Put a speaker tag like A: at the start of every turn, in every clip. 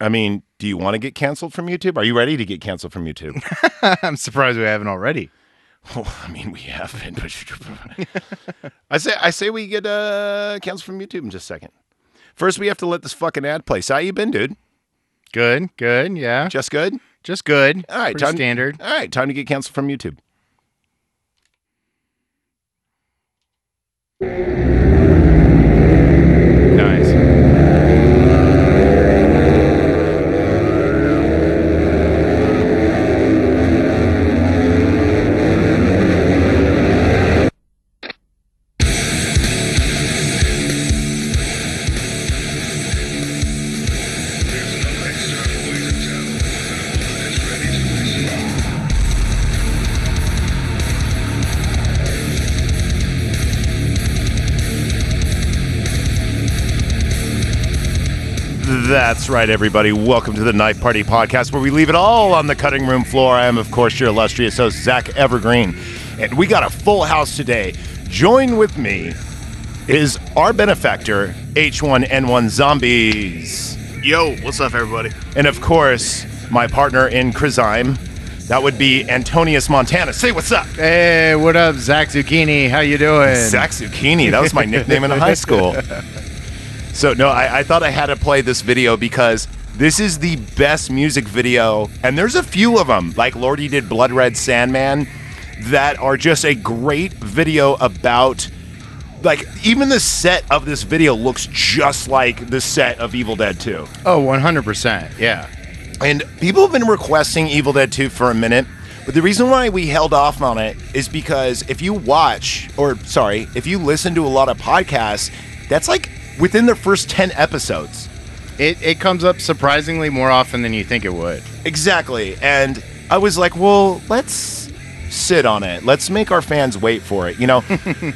A: I mean, do you want to get canceled from YouTube? Are you ready to get canceled from YouTube?
B: I'm surprised we haven't already.
A: well, I mean, we have been. but- I say, I say we get uh, canceled from YouTube in just a second. First, we have to let this fucking ad play. So how you been, dude?
B: Good, good, yeah.
A: Just good.
B: Just good.
A: All right,
B: Pretty
A: time
B: standard.
A: All right, time to get canceled from YouTube.
B: Nice.
A: That's right, everybody. Welcome to the Night Party Podcast, where we leave it all on the cutting room floor. I am, of course, your illustrious host, Zach Evergreen. And we got a full house today. Join with me is our benefactor, H1N1 Zombies.
B: Yo, what's up, everybody?
A: And of course, my partner in Crizime. That would be Antonius Montana. Say what's up.
B: Hey, what up, Zach Zucchini? How you doing?
A: Zach Zucchini. That was my nickname in high school. So no, I, I thought I had to play this video because this is the best music video, and there's a few of them, like Lordy did Blood Red Sandman, that are just a great video about. Like even the set of this video looks just like the set of Evil Dead 2.
B: Oh, 100%. Yeah.
A: And people have been requesting Evil Dead 2 for a minute, but the reason why we held off on it is because if you watch, or sorry, if you listen to a lot of podcasts, that's like within their first 10 episodes.
B: It, it comes up surprisingly more often than you think it would.
A: Exactly. And I was like, well, let's sit on it. Let's make our fans wait for it. You know,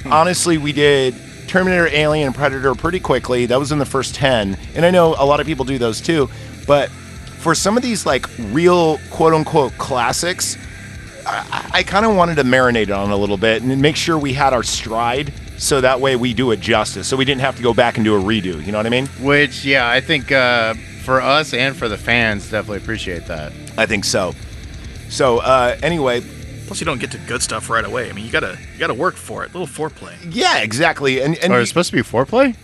A: honestly, we did Terminator, Alien, and Predator pretty quickly. That was in the first 10. And I know a lot of people do those too. But for some of these like real quote unquote classics, I, I kind of wanted to marinate it on a little bit and make sure we had our stride so that way we do it justice. So we didn't have to go back and do a redo. You know what I mean?
B: Which, yeah, I think uh, for us and for the fans, definitely appreciate that.
A: I think so. So, uh, anyway,
C: Plus, you don't get to good stuff right away. I mean, you gotta you gotta work for it. little foreplay.
A: yeah, exactly. And, and
B: Or Oh, it's supposed to be foreplay?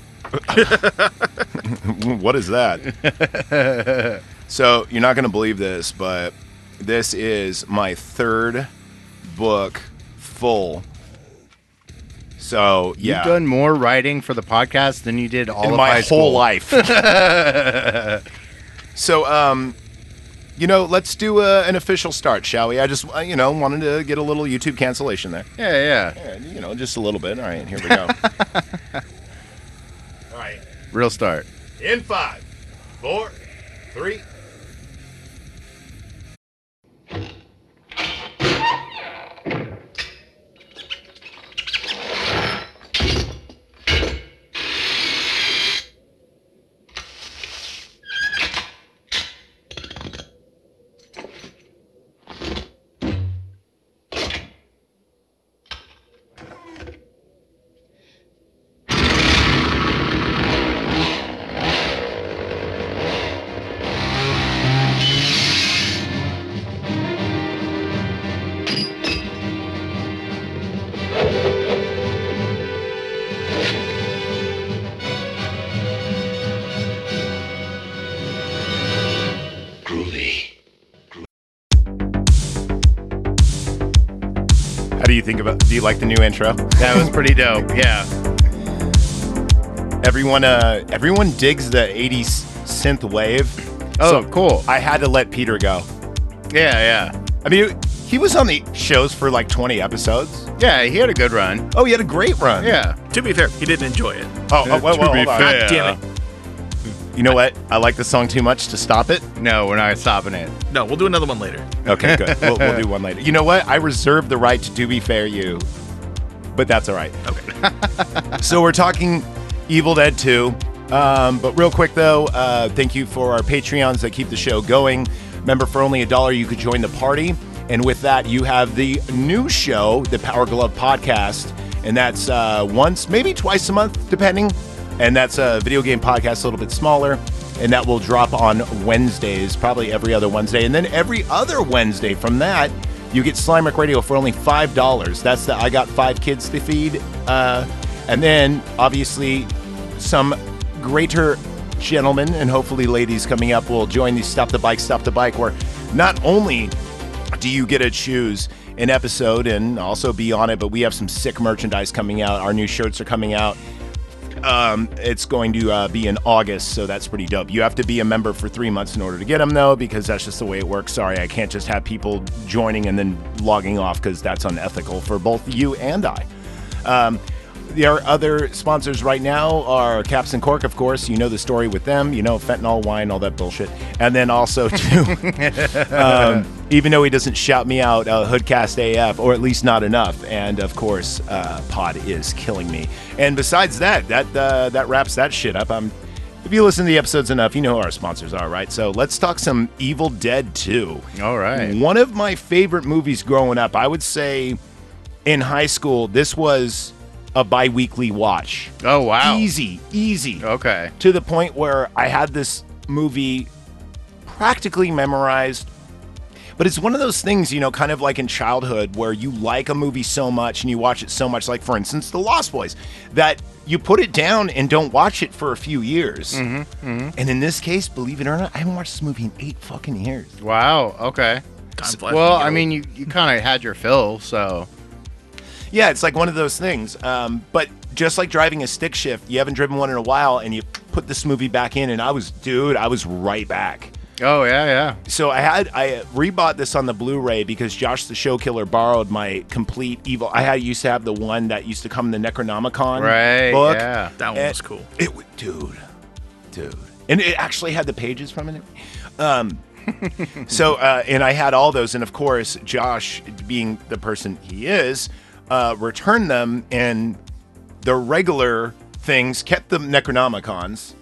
B: "Hmm,
A: what is that? so you're not going to believe this, but this is my third book full. So yeah,
B: You've done more writing for the podcast than you did all
A: in
B: of
A: my
B: high
A: whole
B: school.
A: life. so um, you know, let's do uh an official start, shall we? I just uh, you know wanted to get a little YouTube cancellation there.
B: Yeah, yeah.
A: Yeah, you know, just a little bit. All right, here we go. All right.
B: Real start.
A: In five, four, three.
D: Groovy.
A: How do you think about? Do you like the new intro?
B: That was pretty dope. Yeah.
A: Everyone, uh, everyone digs the '80s synth wave.
B: Oh,
A: so
B: cool.
A: I had to let Peter go.
B: Yeah, yeah.
A: I mean, he was on the shows for like 20 episodes.
B: Yeah, he had a good run.
A: Oh, he had a great run.
B: Yeah.
C: To be fair, he didn't enjoy it. Uh,
A: Oh, oh, well,
B: To
A: well,
B: be
A: hold on.
B: fair.
C: God damn
A: You know what? I like the song too much to stop it.
B: No, we're not stopping it.
C: it. No, we'll do another one later.
A: Okay, good. we'll, we'll do one later. You know what? I reserve the right to do be fair you, but that's all right.
C: Okay.
A: so we're talking Evil Dead 2. Um, but real quick though, uh, thank you for our Patreons that keep the show going. Remember, for only a dollar, you could join the party. And with that, you have the new show, the Power Glove Podcast. And that's uh, once, maybe twice a month, depending. And that's a video game podcast, a little bit smaller. and that will drop on Wednesdays, probably every other Wednesday. And then every other Wednesday from that, you get Slime Rick Radio for only $5. That's the I Got Five Kids to Feed. Uh, and then, obviously, some greater gentlemen and hopefully ladies coming up will join the Stop the Bike, Stop the Bike, where not only do you get to choose an episode and also be on it, but we have some sick merchandise coming out. Our new shirts are coming out. Um, it's going to uh, be in August, so that's pretty dope. You have to be a member for three months in order to get them, though, because that's just the way it works. Sorry, I can't just have people joining and then logging off because that's unethical for both you and I. Um, our other sponsors right now are Caps and Cork, of course. You know the story with them. You know fentanyl, wine, all that bullshit. And then also too, um, even though he doesn't shout me out, uh, Hoodcast AF, or at least not enough. And of course, uh, Pod is killing me. And besides that, that uh, that wraps that shit up. I'm. If you listen to the episodes enough, you know who our sponsors are, right? So let's talk some Evil Dead 2.
B: All right.
A: One of my favorite movies growing up, I would say in high school, this was a bi weekly watch.
B: Oh wow.
A: Easy, easy.
B: Okay.
A: To the point where I had this movie practically memorized. But it's one of those things, you know, kind of like in childhood where you like a movie so much and you watch it so much, like for instance, The Lost Boys, that you put it down and don't watch it for a few years.
B: Mm-hmm,
A: And in this case, believe it or not, I haven't watched this movie in eight fucking years.
B: Wow. Okay.
C: Time
B: S-
C: flies
B: well,
C: when you get
B: I mean, you, you kind of had your fill, so
A: Yeah, it's like one of those things. Um, but just like driving a stick shift, you haven't driven one in a while, and you put this movie back in, and I was, dude, I was right back.
B: oh yeah, yeah.
A: So I had I rebought this on the Blu-ray because Josh the Show Killer borrowed my complete evil. I had used to have the one that used to come in the Necronomicon
B: Right.
A: Mm, book.
B: Yeah.
C: That one
A: Eh.
C: was cool.
A: It would, dude, dude, and it actually had the pages from it. Um, so uh, and I had all those, and of course, Josh, being the person he is, uh, returned them, and the regular things kept the Necronomicons.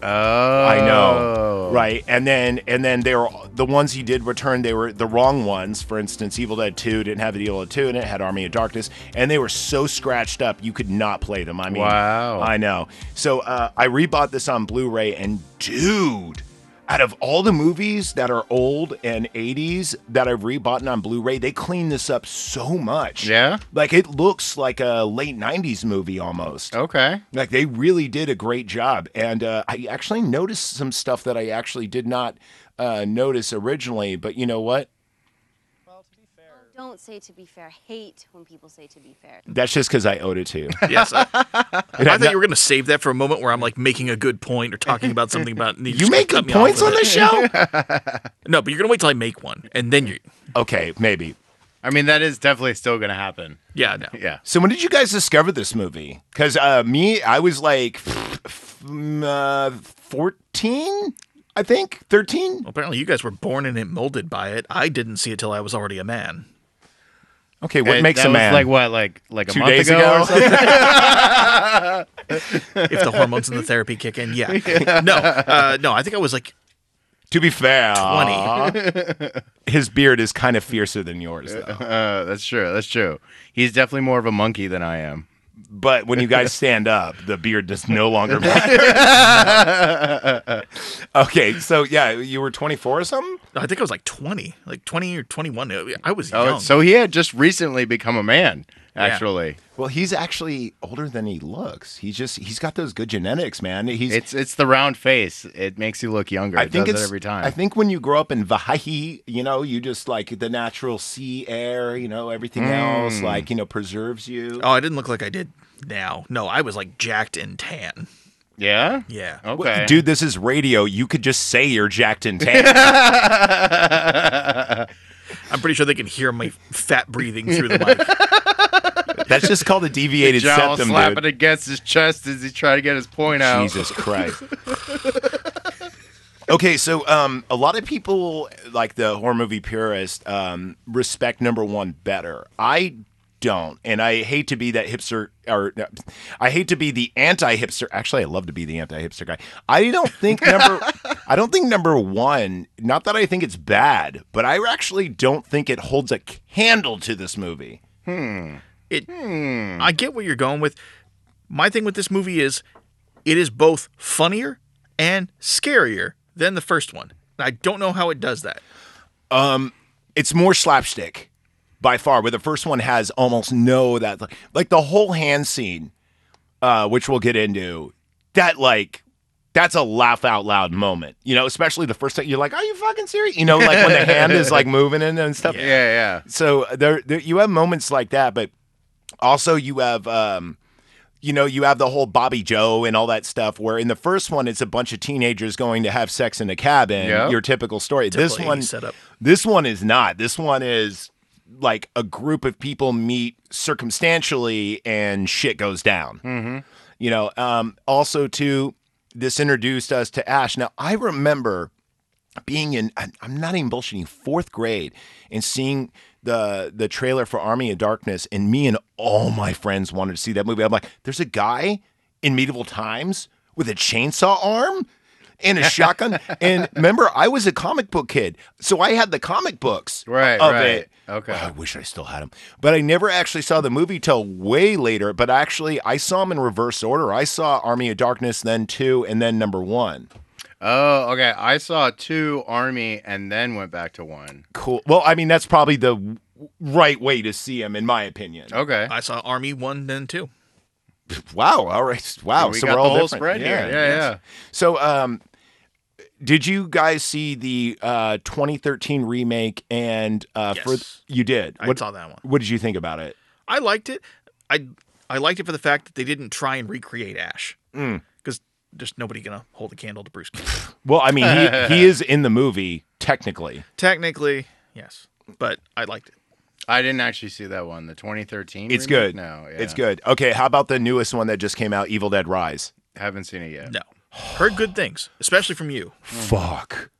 B: Oh.
A: I know, right? And then and then they were the ones he did return. They were the wrong ones. For instance, Evil Dead Two didn't have Evil Dead Two, and it had Army of Darkness, and they were so scratched up you could not play them. I mean,
B: Wow.
A: I know. So uh, I rebought this on Blu-ray, and dude. Out of all the movies that are old and 80s that I've rebought on Blu-ray, they clean this up so much.
B: Yeah?
A: Like it looks like a late 90s movie almost.
B: Okay.
A: Like they really did a great job, and uh, I actually noticed some stuff that I actually did not uh, notice originally. But you know what?
D: Don't say to be fair. I hate when people say to be fair.
A: That's just because I owed it to you.
C: Yes. I,
A: And
C: I
A: I'm
C: thought
A: not-
C: you were going to save that for a moment where I'm like making a good point or talking about something about. and
A: you
C: just
A: make good
C: cut me off
A: points
C: with
A: on
C: it.
A: the show.
C: No, but you're going to wait till I make one. And then you're.
A: okay, maybe.
B: I mean, that is definitely still gonna happen.
C: Yeah, no.
B: Yeah.
A: So when did you guys discover this movie? Because uh, me, I was like fourteen, I think thirteen.
C: Well, apparently, you guys were born in it, molded by it. I didn't see it till I was already a man.
A: Okay, what
B: It-
A: makes
B: that
A: a
B: was
A: man?
B: Like what? Like like a
A: Two
B: month
A: days
B: ago,
A: ago?
B: or something.
C: If the hormones and the therapy kick in, yeah. No, uh, no. I think I was like
A: to be fair,
C: 20.
A: his beard is kind of fiercer than yours, though.
B: uh, that's true. That's true. He's definitely more of a monkey than I am.
A: But when you guys stand up, the beard does no longer matter. okay, so yeah, you were 24 or something?
C: I think I was like 20, like 20 or 21. I was
B: Oh,
C: young.
B: so he had just recently become a man. Actually,
A: Well, he's actually older than he looks. He's just he's got those good genetics, man. He's
B: it's it's the round face. It makes you look younger.
A: I
B: it
A: think
B: does
A: it's
B: it every time.
A: I think when you grow up in Vahahi, you know, you just like the natural sea air, you know, everything
B: Mm.
A: else like, you know, preserves you.
C: oh, I didn't look like I did now. No, I was like jacked and tan.
B: Yeah.
C: Yeah.
B: Okay.
A: Dude, this is radio. You could just say you're jacked and tan.
C: I'm pretty sure they can hear my fat breathing through the mic.
A: That's just called a deviated
B: Jowl
A: septum,
B: slapping
A: dude.
B: against his chest as he tried to get his point out.
A: Jesus Christ. okay, so um, a lot of people, like the horror movie purist, um, respect number one better. I don't, and I hate to be that hipster, or no, I hate to be the anti-hipster. Actually, I love to be the anti-hipster guy. I don't think number, I don't think number one. Not that I think it's bad, but I actually don't think it holds a candle to this movie.
C: It. I get where you're going with. My thing with this movie is, it is both funnier and scarier than the first one. And I don't know how it does that.
A: it's more slapstick by far where the first one has almost no that like the whole hand scene uh which we'll get into that like that's a laugh out loud moment you know especially the first time you're like are you fucking serious you know like when the hand is like moving in and stuff
B: Yeah, yeah.
A: so there, there you have moments like that but also you have um you know you have the whole bobby joe and all that stuff where in the first one it's a bunch of teenagers going to have sex in a cabin
B: Yeah.
A: your typical story this
C: Typical
A: one
C: 80s setup.
A: this one is not this one is like a group of people meet circumstantially and shit goes down
B: Mm-hmm.
A: you know um also too this introduced us to ash now i remember being in I- I'm not even bullshitting fourth grade and seeing the the trailer for Army of Darkness and me and all my friends wanted to see that movie. I'm like, there's a guy in medieval times with a chainsaw arm and a shotgun. and remember, I was a comic book kid, so I had the comic books
B: Right,
A: of
B: right.
A: it.
B: Okay.
A: Wow, I wish I still had them, but I never actually saw the movie till way later. But actually, I saw them in reverse order. I saw Army of Darkness, then two, and then number one.
B: Oh, okay. I saw two army and then went back to one.
A: cool. Well, I mean, that's probably the w- right way to see him, in my opinion.
B: Okay.
C: I saw Army one, then two.
A: Wow. All right. Wow.
B: we
A: so we're
B: got the
A: all
B: whole
A: different.
B: spread here. Yeah, yeah.
A: So, um, did you guys see the uh, 2013 remake? And uh,
C: Yes.
A: for you did.
C: I
A: what,
C: saw that one.
A: What did you think about it?
C: I liked it. I I liked it for the fact that they didn't try and recreate Ash because there's nobody gonna hold a candle to Bruce. Campbell.
A: Well, I mean, he, he is in the movie technically.
C: Technically, yes, but I liked it.
B: I didn't actually see that one. The 2013.
A: It's
B: remake?
A: good.
B: No, yeah.
A: It's good. Okay. How about the newest one that just came out, Evil Dead Rise?
B: Haven't seen it yet.
C: No, heard good things, especially from you.
A: Fuck.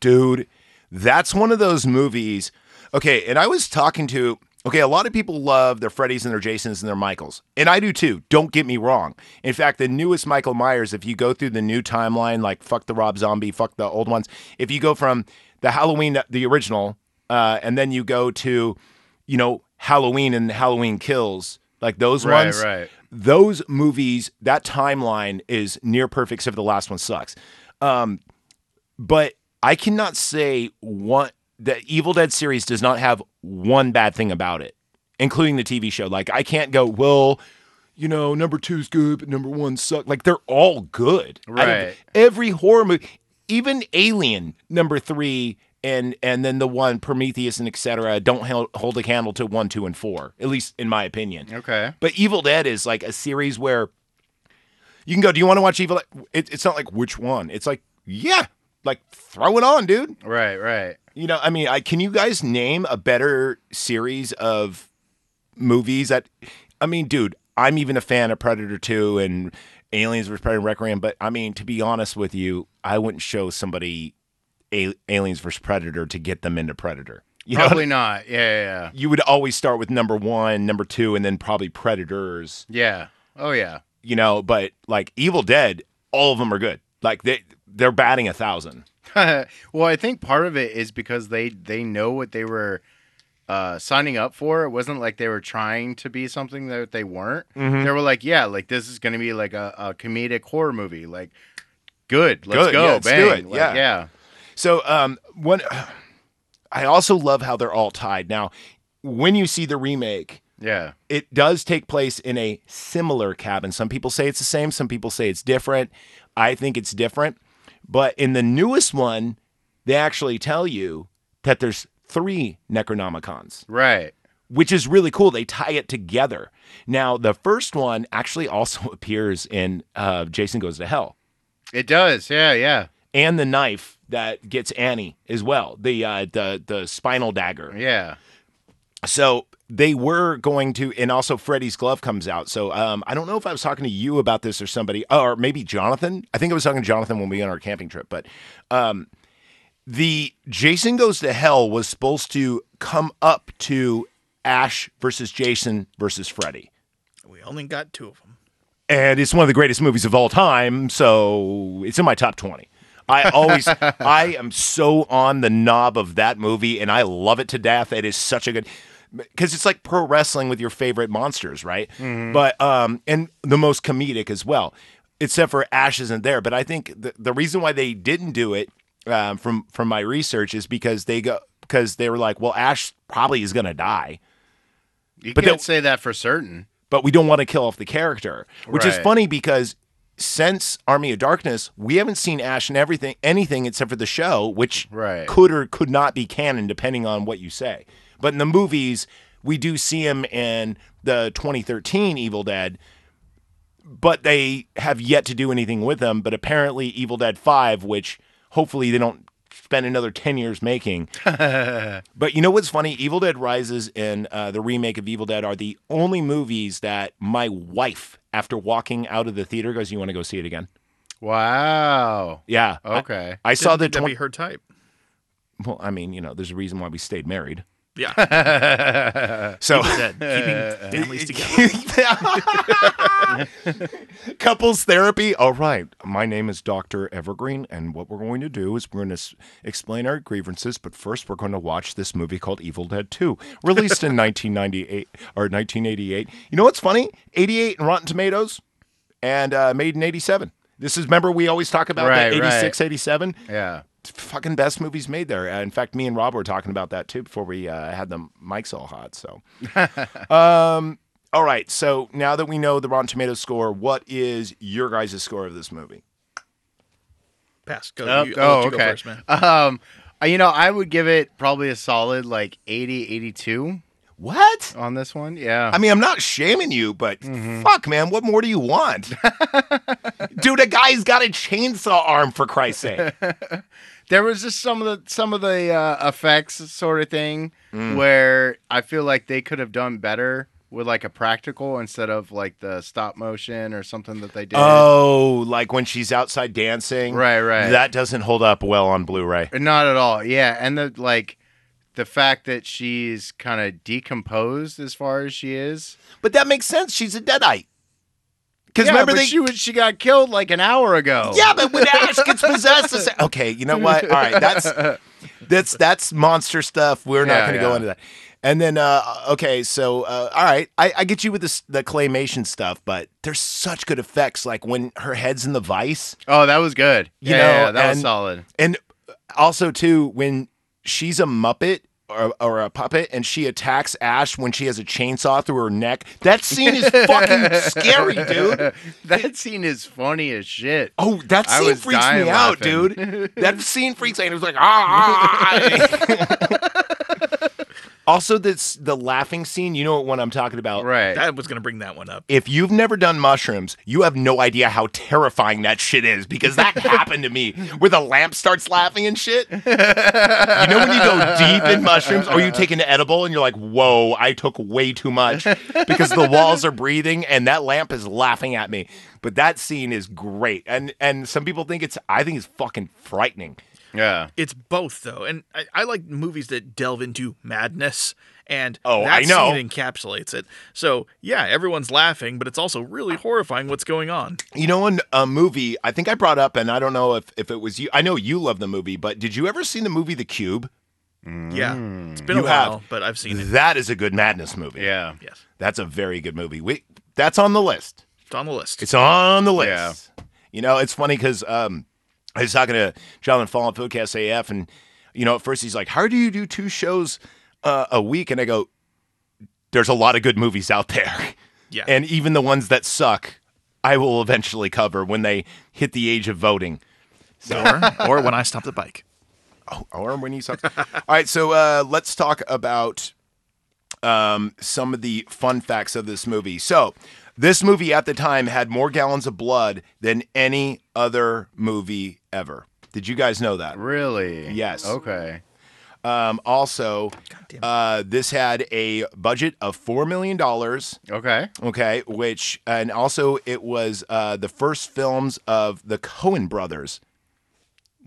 A: Dude, that's one of those movies. Okay, and I was talking to okay, a lot of people love their Freddy's and their Jasons and their Michaels. And I do too. Don't get me wrong. In fact, the newest Michael Myers, if you go through the new timeline, like fuck the Rob Zombie, fuck the old ones, if you go from the Halloween the original, uh, and then you go to, you know, Halloween and Halloween kills, like those
B: Right,
A: ones
B: right.
A: those movies, that timeline is near perfect, except for the last one sucks. Um, but I cannot say one the Evil Dead series does not have one bad thing about it, including the TV show. Like I can't go, well, you know, number two's good, but number one sucked. Like they're all good. I don't-
B: Right.
A: Every horror movie, even Alien number three. And, and then the one Prometheus and et cetera don't hel- hold a candle to one, two, and four, at least in my opinion.
B: Okay.
A: But Evil Dead is like a series where you can go, Do you want to watch Evil Dead? It, it's not like which one. It's like, Yeah, like throw it on, dude.
B: Right, right.
A: You know, I mean, I, can you guys name a better series of movies that, I mean, dude, I'm even a fan of Predator 2 and Aliens vs. Predator and Requiem, but I mean, to be honest with you, I wouldn't show somebody a- Aliens vs. Predator to get them into Predator. You know,
B: Probably not. Yeah, yeah, yeah.
A: you would always start with number one, number two, and then probably Predators.
B: Yeah. Oh, yeah.
A: you know, but like Evil Dead, all of them are good. Like they they're batting a thousand.
B: well, I think part of it is because they they know what they were uh, signing up for. It wasn't like they were trying to be something that they weren't.
C: Mm-hmm.
B: They were like, yeah, like this is going to be like a, a comedic horror movie. Like, good, let's
A: Good,
B: go,
A: yeah, let's do
B: bang.
A: it,
B: Like,
A: yeah.
B: yeah,
A: So um one I also love how they're all tied. Now, when you see the remake,
B: yeah.
A: it does take place in a similar cabin. Some people say it's the same, some people say it's different. I think it's different. But in the newest one, they actually tell you that there's three Necronomicons.
B: right.
A: which is really cool. They tie it together. Now, the first one actually also appears in uh, Jason Goes to Hell
B: It does. Yeah, yeah,
A: and the knife that gets Annie as well, the uh, the the spinal dagger.
B: yeah.
A: So they were going to, and also Freddy's glove comes out. So um, I don't know if I was talking to you about this or somebody, or maybe Jonathan. I think I was talking to Jonathan when we went on our camping trip. But um, the Jason Goes to Hell was supposed to come up to Ash versus Jason versus Freddy.
C: We only got two of them.
A: and it's one of the greatest movies of all time. So it's in my top twenty. I always, I am so on the knob of that movie, and I love it to death. It is such a good, because it's like pro wrestling with your favorite monsters, right? But um, and the most comedic as well. except for Ash isn't there. But I think the, the reason why they didn't do it um, from from my research is because they go because they were like, well, Ash probably is gonna die,
B: You
A: But
B: can't
A: that-
B: say that for certain.
A: but we don't want to kill off the character, which is
B: Right.
A: funny because since Army of Darkness, we haven't seen Ash and everything anything except for the show, which
B: Right.
A: could or could not be canon depending on what you say. But in the movies, we do see him in the 2013 Evil Dead, but they have yet to do anything with him. But apparently, Evil Dead 5, which hopefully they don't spend another 10 years making. but you know what's funny? Evil Dead Rises and uh, the remake of Evil Dead are the only movies that my wife, after walking out of the theater, goes, You want to go see it again?
B: Wow.
A: Yeah. I-
B: Okay.
A: I, saw the.
C: that
A: twen-
C: be her type.
A: well, I mean, you know, there's a reason why we stayed married.
C: Yeah,
A: So Uh,
C: dead. Keeping families together.
A: couples therapy. All right. My name is Dr. Evergreen, and what we're going to do is we're going to s- explain our grievances, but first we're going to watch this movie called Evil Dead 2, released in 1998 or 1988. You know what's funny? 88 and Rotten Tomatoes and uh, made in 87. This is remember we always talk about
B: Right,
A: that
B: right.
A: 86 87
B: yeah.
A: fucking best movies made there. Uh, in fact, me and Rob were talking about that too before we uh, had the mics all hot. So, um, all right. So now that we know the Rotten Tomatoes score, what is your guys' score of this movie?
C: Pass. Go.
B: Oh,
C: you, I'll
B: oh,
C: let you
B: okay.
C: Go first, man.
B: Um, uh, you know, I would give it probably a solid like 80, 82
A: What?
B: on this one. Yeah.
A: I mean, I'm not shaming you, but fuck, man, what more do you want? Dude, a guy's got a chainsaw arm for Christ's sake.
B: there was just some of the some of the uh, effects sort of thing
A: Mm.
B: where I feel like they could have done better with like a practical instead of like the stop motion or something that they did.
A: oh, like when she's outside dancing.
B: Right, right.
A: That doesn't hold up well on Blu-ray.
B: Not at all. Yeah, and the like the fact that she's kind of decomposed as far as she is.
A: But that makes sense. She's a deadite. Because
B: Yeah,
A: remember
B: but
A: they
B: she was she got killed like an hour ago.
A: Yeah, but when Ash gets possessed, it's okay. You know what? All right, that's that's that's monster stuff. We're not
B: Yeah,
A: going to go
B: yeah.
A: into that. And then, uh, okay, so uh, all right, I, I get you with this, the claymation stuff, but there's such good effects, like when her head's in the vice,
B: Oh, that was good.
A: You
B: yeah,
A: know,
B: yeah, that was
A: and-
B: solid.
A: and also too when she's a muppet. Or, or a puppet, and she attacks Ash when she has a chainsaw through her neck. That scene is fucking scary, dude.
B: that scene is funny as shit.
A: Oh, that
B: I
A: scene
B: was
A: freaks me
B: dying
A: out,
B: laughing.
A: dude. That scene freaks me out. It was like, ah. ah, ah." also, this the laughing scene. You know what one I'm talking about,
B: Right.
C: That was gonna bring that one up.
A: If you've never done mushrooms, you have no idea how terrifying that shit is because that happened to me where the lamp starts laughing and shit. You know when you go deep in mushrooms or you take an edible and you're like, whoa, I took way too much because the walls are breathing and that lamp is laughing at me. But that scene is great. And and some people think it's I think it's fucking frightening.
B: yeah.
C: It's both though, and I, I like movies that delve into madness, and
A: Oh,
C: that
A: I know.
C: scene encapsulates it. So yeah, everyone's laughing, but it's also really horrifying what's going on.
A: You know, in a movie, I think I brought up, and I don't know if, if it was you. I know you love the movie, but did you ever see the movie The Cube?
C: Yeah, it's been
A: Mm. You
C: a
A: have.
C: while, but I've seen it.
A: That is a good madness movie.
B: Yeah.
C: Yes,
A: That's a very good movie. We that's on the list.
C: it's on the list.
A: It's on the list.
B: Yeah.
A: You know, it's funny because um, I was talking to Jonathan Fall on Podcast AF, and you know, at first he's like, "How do you do two shows uh, a week?" And I go, "There's a lot of good movies out there,
C: yeah,
A: and even the ones that suck, I will eventually cover when they hit the age of voting."
C: or, or when I stop the bike.
A: or when he sucks. All right, so uh, let's talk about um, some of the fun facts of this movie. So, this movie at the time had more gallons of blood than any other movie ever. Did you guys know that?
B: Really?
A: Yes.
B: Okay.
A: Um, also,
C: damn it.
A: uh, this had a budget of four million dollars.
B: Okay.
A: Okay, which and also it was uh, the first films of the Cohen brothers.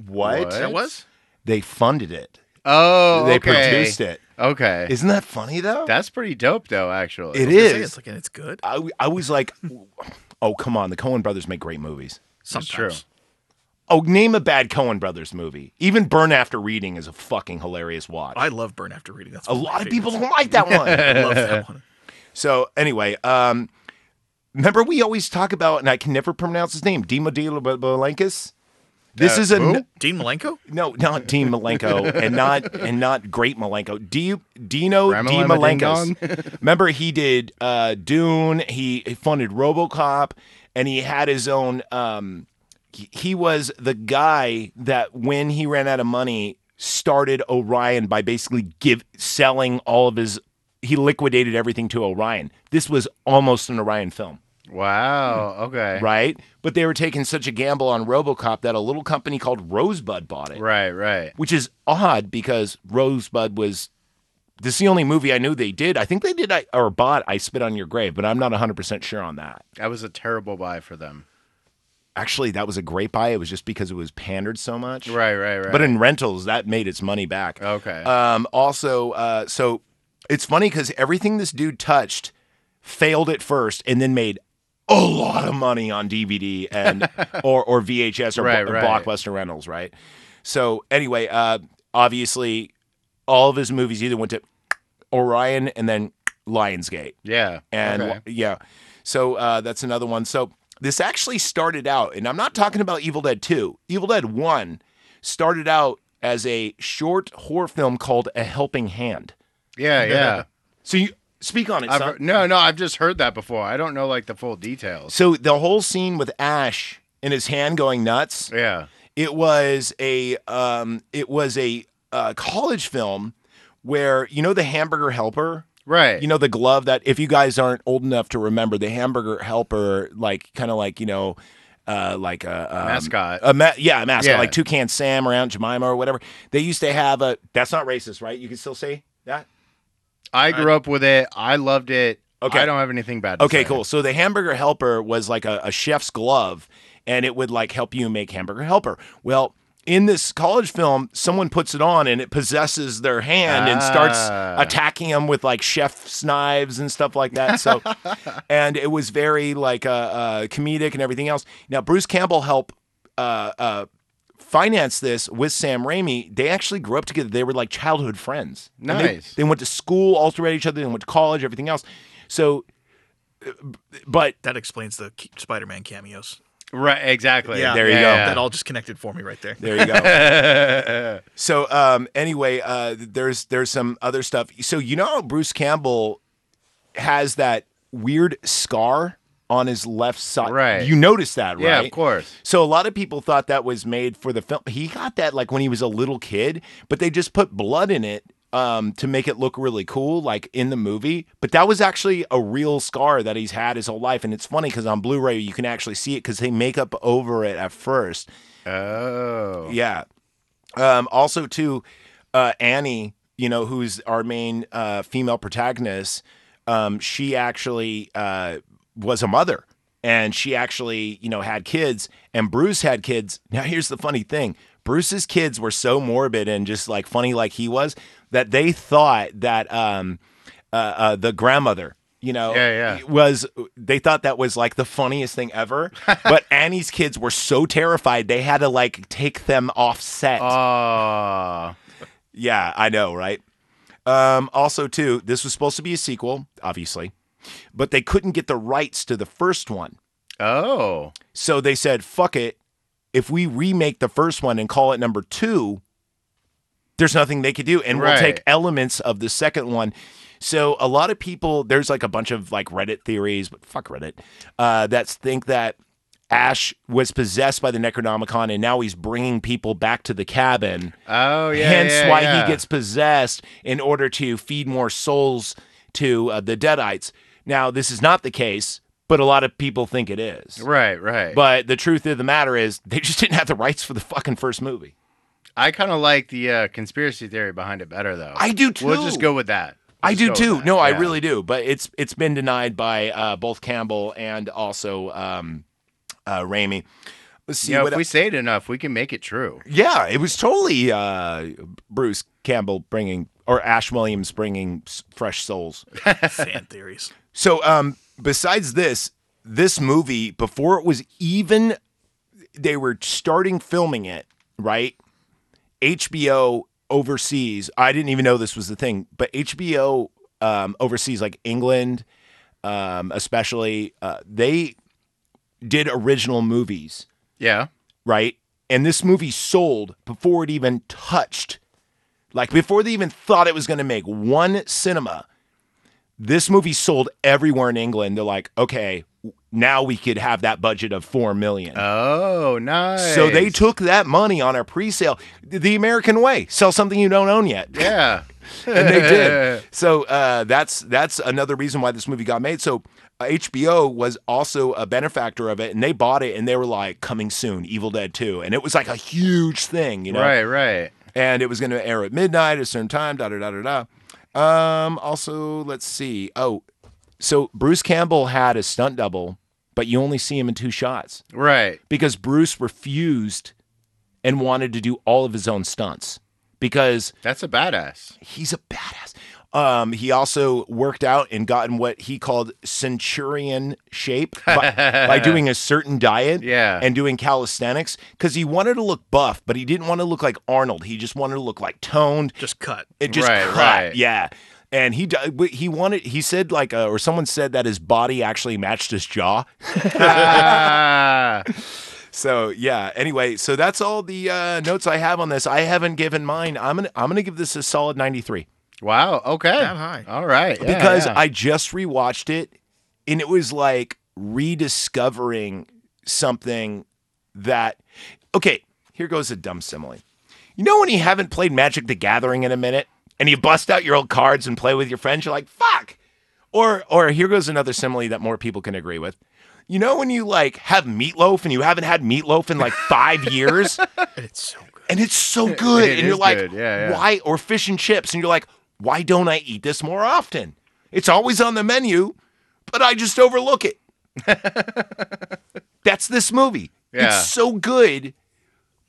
A: What?
B: What?
C: That was
A: They funded it.
B: Oh,
A: They
B: okay.
A: produced it.
B: Okay.
A: Isn't that funny though?
B: That's pretty dope, though. Actually,
A: It
C: I was gonna say,
A: is.
C: It's like it's good.
A: I, w- I was like, oh, come on. The Coen brothers make great movies.
C: Sometimes.
B: true.
A: Oh, name a bad Coen brothers movie. Even Burn After Reading is a fucking hilarious watch.
C: I love Burn After Reading. That's
A: a
C: one my
A: lot of
C: favorites.
A: people don't like that one.
C: I love that one.
A: so, anyway, um, Remember, we always talk about, and I can never pronounce his name, Dima Blankus. This
B: Uh,
A: is a
B: who?
A: n-
C: Dean Malenko?
A: no, not Dean Malenko, and not and not Great Malenko. Do you Dino D
B: Ramalama Ding
A: Malenko? Remember, he did uh, Dune. He he funded RoboCop, and he had his own. Um, he, he was the guy that when he ran out of money started Orion by basically give selling all of his. He liquidated everything to Orion. This was almost an Orion film
B: Wow. Okay.
A: Mm. right? But they were taking such a gamble on RoboCop that a little company called Rosebud bought it,
B: Right. Right.
A: which is odd because Rosebud was this is the only movie I knew they did. I think they did I, or bought I Spit on Your Grave, but I'm not 100% sure on that.
B: That was a terrible buy for them.
A: Actually, that was a great buy. It was just because it was pandered so much.
B: Right. Right. Right.
A: But in rentals, that made its money back.
B: okay.
A: Um, also, uh, so it's funny because everything this dude touched failed at first and then made a lot of money on DVD and or or VHS or,
B: Right,
A: blo-
B: right.
A: blockbuster rentals, right? So anyway, uh, obviously, all of his movies either went to Orion and then Lionsgate
B: yeah.
A: and
B: okay.
A: yeah so uh, that's another one so this actually started out and i'm not talking about evil dead 2 evil dead 1 started out as a short horror film called a helping hand
B: yeah. Yeah.
A: so you speak on it
B: I've,
A: son.
B: heard- no, no, I've just heard that before. I don't know like the full details.
A: so the whole scene with ash and his hand going nuts
B: Yeah.
A: it was a um, it was a uh, college film where you know the hamburger helper
B: Right.
A: You know the glove that if you guys aren't old enough to remember the hamburger helper, like kind of like you know, uh, like a, um,
B: Mascot.
A: a ma- yeah, a mascot,
B: Yeah.
A: like Toucan Sam or Aunt Jemima or whatever. They used to have a. That's not racist, right? You can still say that.
B: I grew up with it. I loved it.
A: Okay.
B: I don't have anything bad to
A: Okay,
B: say.
A: cool. So the hamburger helper was like a, a chef's glove, and it would like help you make hamburger helper. Well. In this college film, someone puts it on and it possesses their hand and starts
B: Ah.
A: attacking them with like chef's knives and stuff like that. So, and it was very like uh, uh, comedic and everything else. Now, Bruce Campbell helped uh, uh, finance this with Sam Raimi. They actually grew up together. They were like childhood friends. And they-
B: Nice.
A: They, went to school, all throughout each other. They went to college, everything else. So, uh, b- but
C: That explains the Ke- Spider-Man cameos.
B: Right, exactly.
C: Yeah,
A: there you go.
C: That all just connected for me right there.
A: there you go. so, um, anyway, uh, there's there's some other stuff. So you know how Bruce Campbell has that weird scar on his left side.
B: Right.
A: You noticed that, right?
B: Yeah, of course.
A: So a lot of people thought that was made for the film. He got that like when he was a little kid, but they just put blood in it um, to make it look really cool, like in the movie. But that was actually a real scar that he's had his whole life, and it's funny because on Blu-ray you can actually see it because they make up over it at first.
B: Oh.
A: Yeah. Um, also, too, uh, Annie, you know, who's our main uh, female protagonist, um, she actually uh, was a mother and she actually, you know, had kids and Bruce had kids. Now, here's the funny thing Bruce's kids were so morbid and just like funny, like he was, that they thought that um, uh, uh, the grandmother, you know,
B: Yeah, yeah.
A: was they thought that was like the funniest thing ever. but Annie's kids were so terrified they had to like take them off set.
B: Uh. Ah.
A: yeah, I know, right? Um, also, too, this was supposed to be a sequel, obviously, but they couldn't get the rights to the first one,
B: oh.
A: so they said, "Fuck it." If we remake the first one and call it number two, there's nothing they could do, and we'll
B: Right.
A: take elements of the second one. So a lot of people, there's like a bunch of like Reddit theories, but fuck Reddit, uh, that think that Ash was possessed by the Necronomicon, and now he's bringing people back to the cabin.
B: Oh yeah.
A: Hence
B: yeah,
A: why
B: yeah.
A: he gets possessed in order to feed more souls to uh, the Deadites. Now, this is not the case, but a lot of people think it is.
B: Right, right. But
A: But the truth of the matter is, they just didn't have the rights for the fucking first movie.
B: I kind of like the uh, conspiracy theory behind it better though.
A: I do
B: We'll
A: too.
B: just go with that.
A: I
B: Just
A: do
B: go with
A: too.
B: that.
A: No, I
B: Yeah.
A: really do. But it's it's been denied by uh, both Campbell and also um, uh, Raimi. Let's see
B: You know,
A: what
B: if we say it enough, we can make it true.
A: Yeah, it was totally uh, Bruce Campbell bringing or Ash Williams bringing s- fresh souls.
C: Fan theories.
A: So, um, besides this, this movie before it was even they were starting filming it, right? HBO overseas. I didn't even know this was the thing, but HBO um, overseas, like England, um, especially uh, they did original movies
B: Yeah.
A: right? And this movie sold before it even touched, like before they even thought it was going to make one cinema. This movie sold everywhere in England. They're like, okay, now we could have that budget of four million.
B: Oh, nice.
A: so they took that money on a pre-sale, the American way: sell something you don't own yet,
B: Yeah.
A: and they did. So uh, that's that's another reason why this movie got made. So uh, HBO was also a benefactor of it, and they bought it, and they were like, "Coming soon, Evil Dead 2. and it was like a huge thing, you know.
B: Right, right.
A: And it was going to air at midnight at a certain time. Da da da da da. Um, also, let's see. Oh, so Bruce Campbell had a stunt double, but you only see him in two shots
B: Right.
A: because Bruce refused and wanted to do all of his own stunts because
B: That's a badass.
A: he's a badass. Um, he also worked out and gotten what he called centurion shape by, by doing a certain diet
B: Yeah.
A: and doing calisthenics because he wanted to look buff, but he didn't want to look like Arnold. He just wanted to look like toned.
C: Just cut.
A: It just
B: Right,
A: cut.
B: right.
A: Yeah. And he di- w- he wanted he said like uh, or someone said that his body actually matched his jaw.
B: Ah.
A: So yeah. Anyway, so that's all the uh, notes I have on this. I haven't given mine. I'm gonna I'm gonna give this a solid 93.
B: wow. Okay.
C: That high.
B: All right. Yeah,
A: because
B: yeah.
A: I just rewatched it and it was like rediscovering something that okay, here goes a dumb simile. You know when you haven't played Magic the Gathering in a minute and you bust out your old cards and play with your friends, you're like, fuck. Or or here goes another simile that more people can agree with. You know when you like have meatloaf and you haven't had meatloaf in like five years?
C: And it's so good.
A: and it's so good.
B: It
A: and you're
B: is
A: like,
B: good. Yeah, yeah.
A: why? Or fish and chips, and you're like, why don't I eat this more often? It's always on the menu, but I just overlook it. That's this movie.
B: Yeah.
A: It's so good,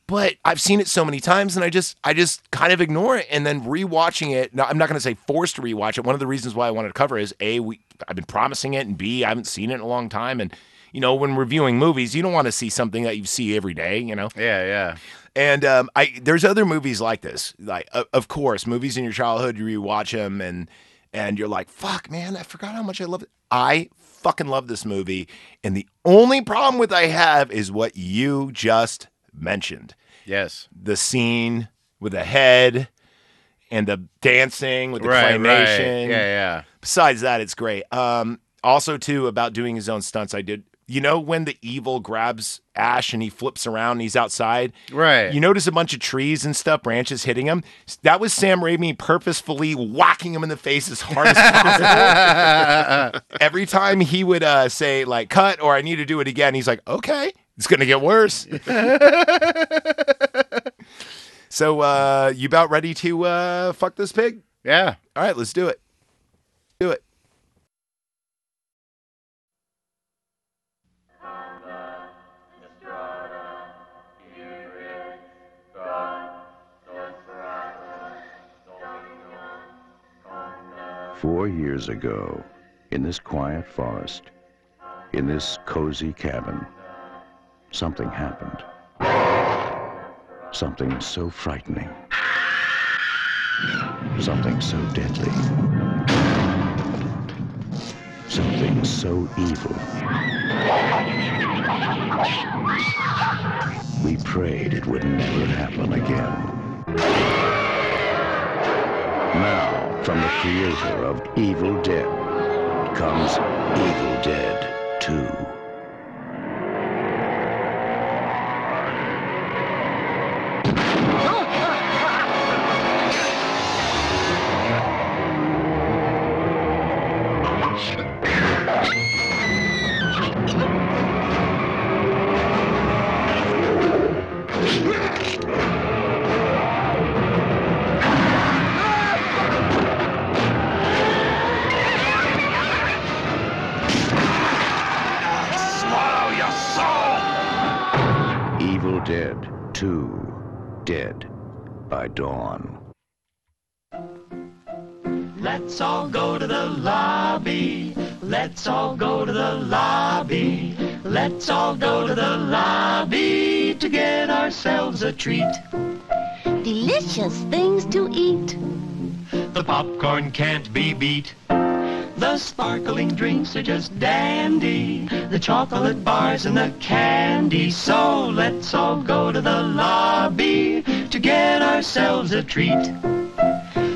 A: but I've seen it so many times, and I just, I just kind of ignore it. And then rewatching it. Now, I'm not going to say forced to rewatch it. One of the reasons why I wanted to cover is a, we, I've been promising it, and b, I haven't seen it in a long time, and. You know, when reviewing movies, you don't want to see something that you see every day, you know?
B: Yeah, yeah.
A: And um, I there's other movies like this. Like o- of course, movies in your childhood you rewatch them and and you're like, "Fuck, man, I forgot how much I love it." I fucking love this movie, and the only problem with I have is what you just mentioned.
B: Yes.
A: The scene with the head and the dancing with the
B: right,
A: claymation.
B: right. Yeah,
A: Besides that, it's great. Um, also, too, about doing his own stunts, I did. You know when the evil grabs Ash and he flips around and he's outside?
B: yeah. Right.
A: You notice a bunch of trees and stuff, branches hitting him. That was Sam Raimi purposefully whacking him in the face as hard as possible. Every time he would uh, say like "cut" or "I need to do it again," he's like, "Okay, it's gonna get worse." so uh, you about ready to uh, fuck this pig?
B: yeah.
A: All right, let's do it. Do it.
E: Four years ago, in this quiet forest, in this cozy cabin, something happened. Something so frightening. Something so deadly. Something so evil. We prayed it would never happen again. Now, from the creator of Evil Dead comes Evil Dead 2. Evil Dead 2 Dead by Dawn.
F: Let's all go to the lobby. Let's all go to the lobby. Let's all go to the lobby to get ourselves a treat.
G: delicious things to eat.
F: The popcorn can't be beat. The The sparkling drinks are just dandy. The chocolate bars and the candy. So let's all go to the lobby to get ourselves a treat.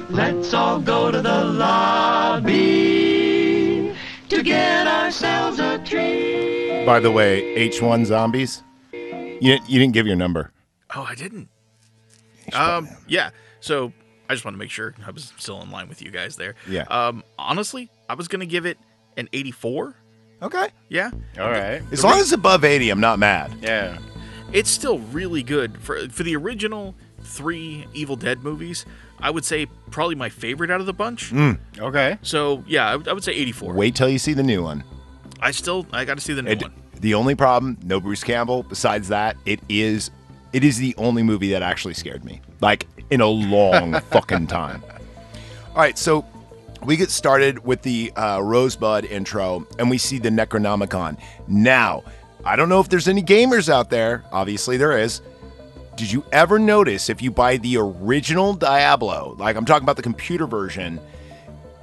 F: Let's all go to the lobby to get ourselves a treat.
A: By the way, H1 Zombies, you, you didn't give your number.
C: Oh, I didn't. Um, yeah. So I just want to make sure I was still in line with you guys there.
A: Yeah.
C: Um, honestly, I was gonna give it an 84.
A: Okay.
C: Yeah.
B: All right.
A: As long as it's above 80, I'm not mad.
B: Yeah.
C: It's still really good for for the original three Evil Dead movies. I would say probably my favorite out of the bunch.
B: Okay.
C: So yeah, I, would- I would say 84.
A: Mm. Wait till you see the new one.
C: I still I got to see the new
A: It,
C: one.
A: the only problem, no Bruce Campbell. Besides that, it is it is the only movie that actually scared me, like in a long fucking time. All right, so we get started with the uh, Rosebud intro, and we see the Necronomicon. Now, I don't know if there's any gamers out there. Obviously, there is. Did you ever notice if you buy the original Diablo, like I'm talking about the computer version,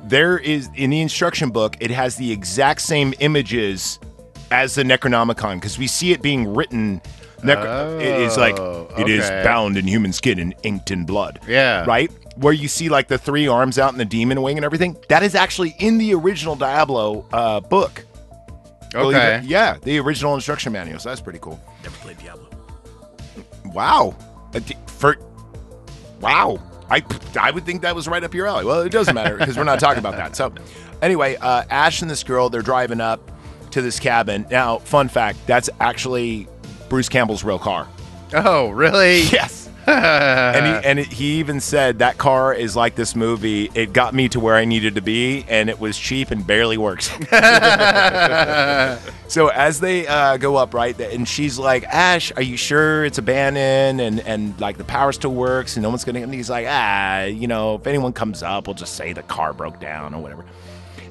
A: there is in the instruction book, it has the exact same images as the Necronomicon because we see it being written. Necro- it is like
B: Oh,
A: it is
B: okay.
A: bound in human skin and inked in blood.
B: Yeah.
A: Right? Where you see like the three arms out and the demon wing and everything. That is actually in the original Diablo uh, book. Believe it-
B: Okay.
A: Yeah, the original instruction manual. So that's pretty cool.
C: Never played Diablo.
A: Wow. A di- For wow. I, I would think that was right up your alley. Well, it doesn't matter because we're not talking about that. So, anyway, uh, Ash and this girl, they're driving up to this cabin. Now, fun fact that's actually Bruce Campbell's real car.
B: Oh, really?
A: Yes. and
B: Uh-huh.
A: he, and it, he even said that car is like this movie. It got me to where I needed to be, and it was cheap and barely works. so as they uh, go up, right, th- and she's like, "Ash, are you sure it's abandoned and and like the power still works and no one's gonna?" And he's like, "Ah, you know, if anyone comes up, we'll just say the car broke down or whatever."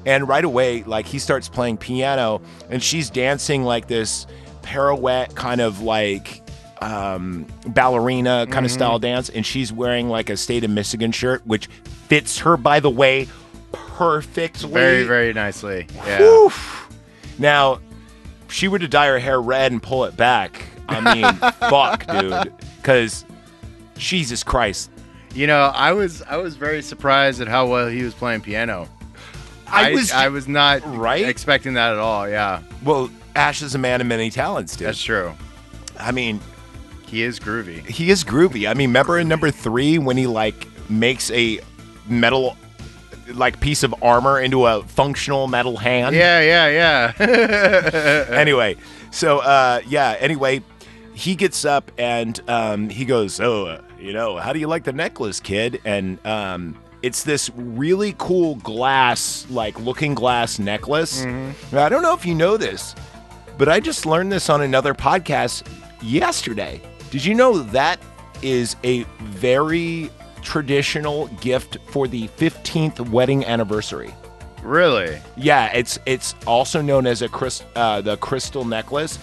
A: And right away, like he starts playing piano and she's dancing like this pirouette kind of like um, ballerina
B: Mm-hmm.
A: kind of style dance. And she's wearing like a state of Michigan shirt, which fits her, by the way, perfectly.
B: Very, very nicely. Yeah.
A: Oof. Now, if she were to dye her hair red and pull it back. I mean, fuck, dude. Because Jesus Christ.
B: You know, I was I was very surprised at how well he was playing piano.
A: I, was.
B: I was not
A: Right?
B: expecting that at all. Yeah,
A: well, Ash is a man of many talents, dude.
B: that's true.
A: I mean,
B: He is groovy.
A: he is groovy. I mean, remember in number three when he like makes a metal like piece of armor into a functional metal hand?
B: Yeah, yeah, yeah.
A: Anyway, so uh, yeah. Anyway, he gets up and um, he goes, "Oh, uh, you know, how do you like the necklace, kid?" And um, it's this really cool glass, like looking glass necklace. Now, I don't know if you know this, but I just learned this on another podcast yesterday. Did you know that is a very traditional gift for the 15th wedding anniversary?
B: really?
A: Yeah, it's it's also known as a crys- uh, the crystal necklace,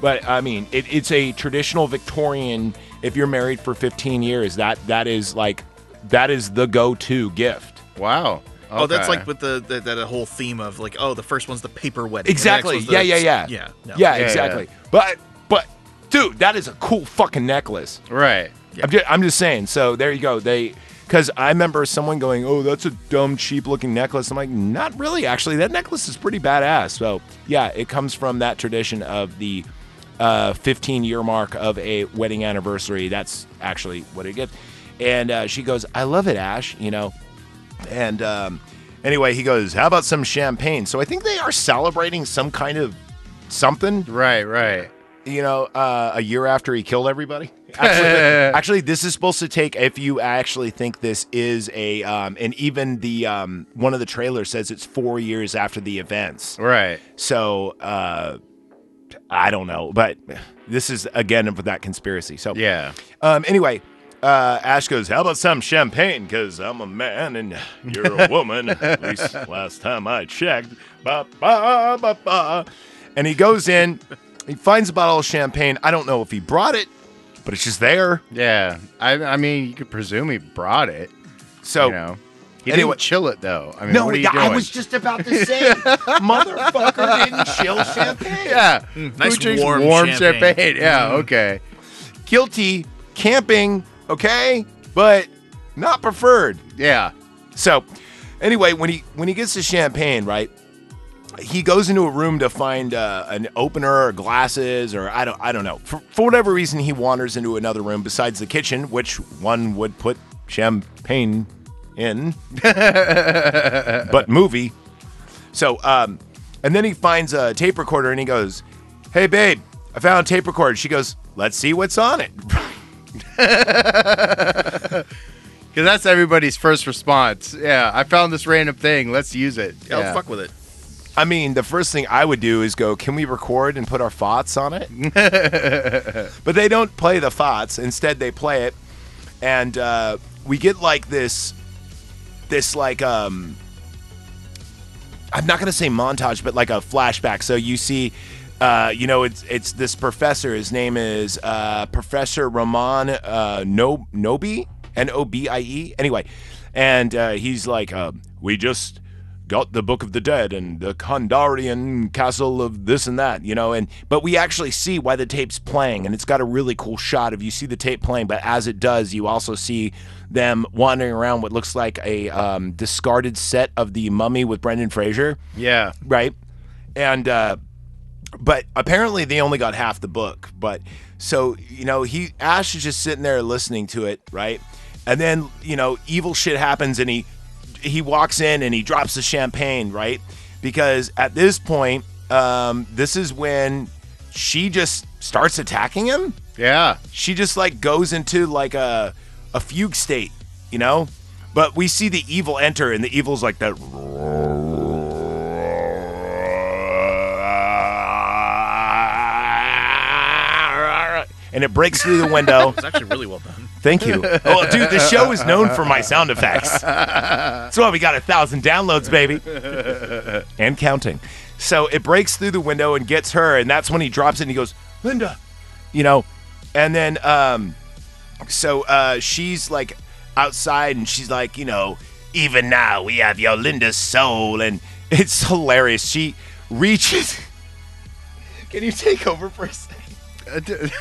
A: but I mean it, it's a traditional Victorian. If you're married for 15 years, that that is like that is the go-to gift.
B: Wow.
C: Oh, that's
B: Okay.
C: like with the, the that whole theme of like oh the first one's the paper wedding. the next
A: Exactly.
C: one's the-
A: yeah, yeah, yeah.
C: Yeah. no.
A: yeah,
B: Yeah,
A: exactly. But but dude, that is a cool fucking necklace.
B: right.
A: I'm, just, I'm just saying. So there you go. They because I remember someone going, "Oh, that's a dumb, cheap-looking necklace." I'm like, "Not really, actually. That necklace is pretty badass." So yeah, it comes from that tradition of the 15-year mark of a wedding anniversary. That's actually what it gets. And uh, she goes, "I love it, Ash." You know, and um, anyway, he goes, "How about some champagne?" So I think they are celebrating some kind of something
B: Right. Right.
A: you know, uh, a year after he killed everybody. Actually, actually, this is supposed to take. If you actually think this is a, um, and even the um, one of the trailers says it's four years after the events.
B: Right.
A: So uh, I don't know, but this is again of that conspiracy. So
B: Yeah.
A: Um, anyway. Uh, Ash goes, How about some champagne? Because I'm a man and you're a woman. At least last time I checked. Ba, ba, ba, ba. And he goes in, he finds a bottle of champagne. I don't know if he brought it, but it's just there.
B: Yeah. I I mean, you could presume he brought it.
A: So
B: you know. He
A: Anyway-
B: didn't chill it though. I mean,
A: no,
B: what are you
A: yeah,
B: doing?
A: I was just about to say, motherfucker didn't chill champagne.
B: yeah.
C: nice
B: Who drinks
C: warm champagne?
B: champagne? Yeah. Okay.
A: Guilty camping, okay, but not preferred.
B: Yeah.
A: So, anyway, when he when he gets to champagne, right? He goes into a room to find uh, an opener or glasses or I don't I don't know. For, for whatever reason, he wanders into another room besides the kitchen, which one would put champagne in. but movie. So, um, and then he finds a tape recorder and he goes, "Hey, babe, I found a tape recorder." She goes, "Let's see what's on it."
B: Because that's everybody's first response. Yeah. I found this random thing. Let's use it.
A: Oh,
C: Yeah,
B: Yeah.
C: fuck with it.
A: I mean, the first thing I would do is go, can we record and put our thoughts on it? but they don't play the thoughts. Instead, they play it, and uh, we get like this, this like um, I'm not gonna say montage, but like a flashback. So you see. Uh, you know, it's it's this professor. His name is uh, Professor Ramon uh, no- Nobi, N O B I E. Anyway, and uh, he's like, uh, we just got the Book of the Dead and the Kondarian Castle of this and that, you know. And but we actually see why the tape's playing, and it's got a really cool shot of you see the tape playing, but as it does, you also see them wandering around what looks like a um, discarded set of the Mummy with Brendan Fraser
B: Yeah.
A: right? And uh, but apparently they only got half the book. But so you know, he Ash is just sitting there listening to it, right? And then you know, evil shit happens, and he he walks in and he drops the champagne, right? Because at this point, um, this is when she just starts attacking him
B: Yeah.
A: she just like goes into like a a fugue state, you know? But we see the evil enter and the evil's like that and it breaks through the window.
C: It's actually really well done.
A: Thank you. Oh, dude, the show is known for my sound effects. That's why we got a thousand downloads, baby, and counting. So it breaks through the window and gets her, and that's when he drops it and he goes, Linda, you know, and then um, so uh, she's like outside and she's like, you know, even now we have your Linda's soul, and it's hilarious. She reaches. Can you take over for a second?
B: Uh, d-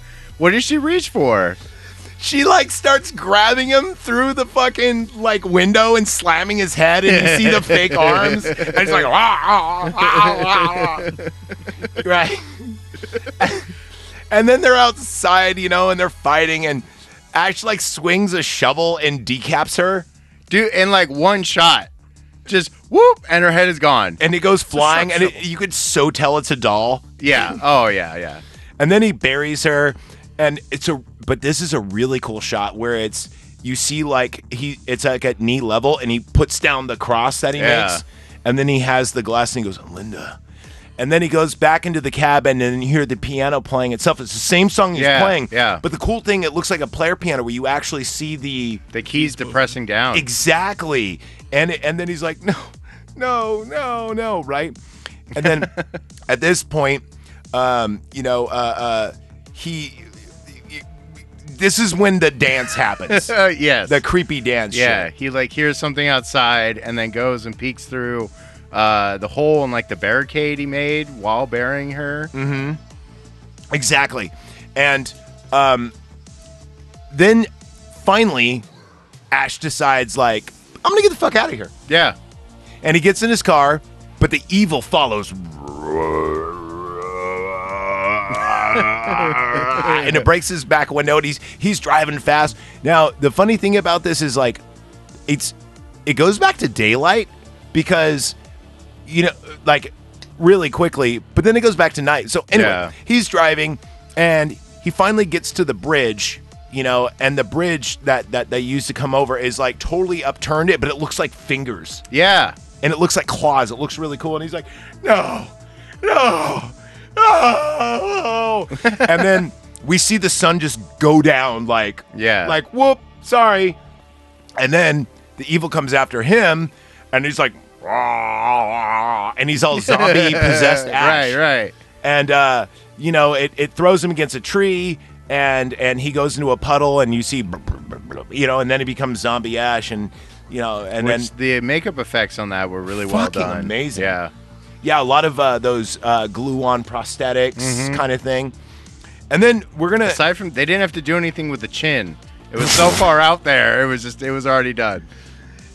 B: what did she reach for?
A: she like starts grabbing him through the fucking like window and slamming his head, and you see the fake arms, and it's like, "Ah, ah, ah, ah, ah." right? and then they're outside, you know, and they're fighting, and Ash like swings a shovel and decaps her,
B: Dude, in like one shot. Just whoop, and her head is gone.
A: and it goes flying, and it, you could so tell it's a doll.
B: Yeah. Oh, yeah, yeah.
A: and then he buries her and it's a but this is a really cool shot where it's you see like he it's like at knee level and he puts down the cross that he
B: Yeah.
A: makes and then he has the glass and he goes linda and then he goes back into the cabin and then you hear the piano playing itself it's the same song he's
B: Yeah,
A: playing
B: yeah.
A: but the cool thing it looks like a player piano where you actually see the
B: The key's depressing down.
A: Exactly. And and then he's like, no, no, no, no, right? And then at this point, um, you know, uh, uh, he. This is when the dance happens.
B: Uh, yes.
A: the creepy dance.
B: yeah.
A: shit.
B: He like hears something outside and then goes and peeks through uh, the hole in like the barricade he made while burying her.
A: Mm-hmm. Exactly. And um, then finally, Ash decides like, I'm gonna get the fuck out of here.
B: Yeah.
A: and he gets in his car, but the evil follows. and it breaks his back window and he's he's driving fast. Now, the funny thing about this is like it's it goes back to daylight because you know like really quickly, but then it goes back to night. So anyway,
B: Yeah.
A: he's driving and he finally gets to the bridge, you know, and the bridge that that they used to come over is like totally upturned it, but it looks like fingers
B: Yeah.
A: and it looks like claws. It looks really cool. And he's like, no, no, no. and then we see the sun just go down like,
B: Yeah.
A: like whoop, sorry. And then the evil comes after him, and he's like, "Rah," and he's all zombie possessed. Ash
B: Right, right.
A: and uh, you know it, it throws him against a tree and and he goes into a puddle and you see you know, and then he becomes zombie Ash, and you know, and then
B: Which the makeup effects on that were really well
A: Fucking
B: done.
A: amazing.
B: Yeah.
A: yeah, a lot of uh, those uh, glue-on prosthetics kind of thing. And then we're gonna
B: Aside from they didn't have to do anything with the chin. It was so far out there. It was just it was already done.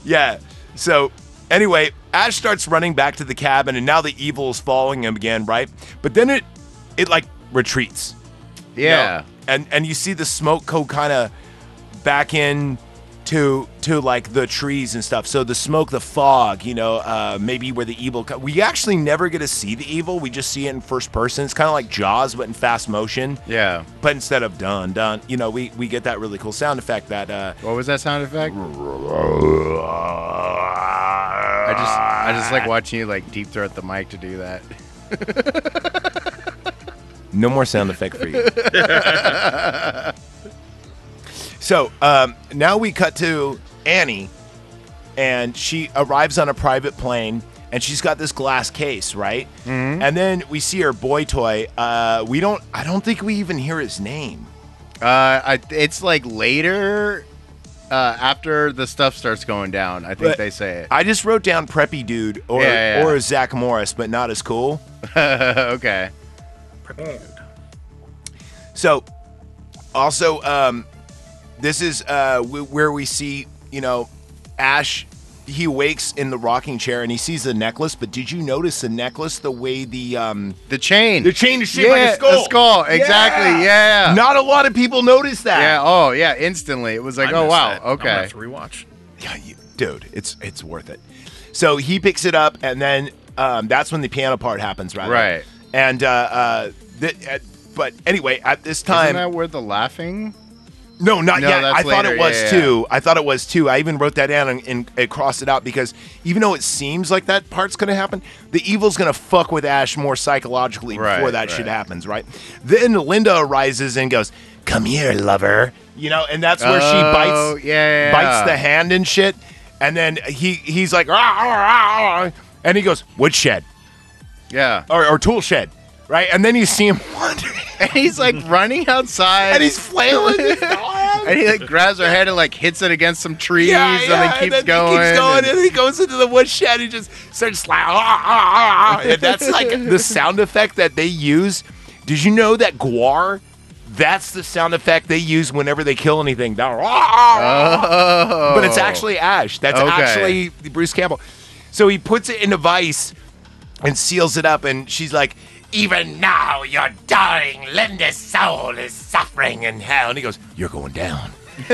A: Yeah. So anyway, Ash starts running back to the cabin, and now the evil is following him again, right? But then it, it like retreats. you know?
B: Yeah.
A: And and you see the smoke go kind of back in to to like the trees and stuff. So the smoke, the fog, you know, uh, maybe where the evil. Co- we actually never get to see the evil. We just see it in first person. It's kind of like Jaws, but in fast motion.
B: Yeah.
A: But instead of dun dun, you know, we we get that really cool sound effect that. Uh,
B: What was that sound effect? I just I just like watching you like deep throat the mic to do that.
A: No more sound effect for you. so um, now we cut to Annie, and she arrives on a private plane, and she's got this glass case, right? Mm-hmm. And then we see her boy toy. Uh, we don't. I don't think we even hear his name.
B: Uh, I, it's like later, uh, after the stuff starts going down. I think
A: But-
B: they say it.
A: I just wrote down Preppy Dude or
B: Yeah, yeah, yeah.
A: or Zach Morris, but not as cool.
B: okay.
A: So, also, um, this is uh, w- where we see, you know, Ash. He wakes in the rocking chair and he sees the necklace. But did you notice the necklace? The way the um,
B: The chain.
A: the chain is shaped like
B: Yeah,
A: a skull.
B: skull, Exactly. Yeah.
A: Not a lot of people notice
B: Yeah.
A: that.
B: Oh, yeah. Instantly, it was like,
C: I
B: oh
C: missed
B: wow.
C: that. I'm gonna
B: Okay.
C: have to rewatch.
A: Yeah, you, dude, it's it's worth it. So he picks it up and then um, that's when the piano part happens, right?
B: Right.
A: And uh, uh, th- uh, but anyway, at this
B: Isn't
A: time,
B: that where the laughing?
A: No, not
B: No,
A: yet.
B: that's
A: I thought
B: later.
A: it was
B: Yeah, yeah,
A: too. I thought it was too. I even wrote that down and, and, and crossed it out because even though it seems like that part's going to happen, the evil's going to fuck with Ash more psychologically before
B: Right,
A: that shit
B: right.
A: happens, right? Then Linda arises and goes, "Come here, lover," you know, and that's where she
B: Oh,
A: bites,
B: yeah.
A: bites the hand and shit, and then he he's like, "Rah, rah, rah," and he goes woodshed
B: Yeah.
A: or, or tool shed, right? And then you see him wandering,
B: And he's like running outside.
A: and he's flailing. his arms.
B: and he like grabs her head and like hits it against some trees and then keeps
A: He
B: going.
A: keeps going, and,
B: and-
A: he goes into the woodshed. He just starts like, "Ah, ah, ah," and that's like the sound effect that they use. Did you know that guar? That's the sound effect they use whenever they kill anything. They're, "Ah, ah, ah."
B: oh.
A: But it's actually Ash. That's
B: Okay.
A: actually Bruce Campbell. So he puts it in a vice and seals it up, and she's like. Even now, your darling Linda's soul is suffering in hell. And he goes, You're going down.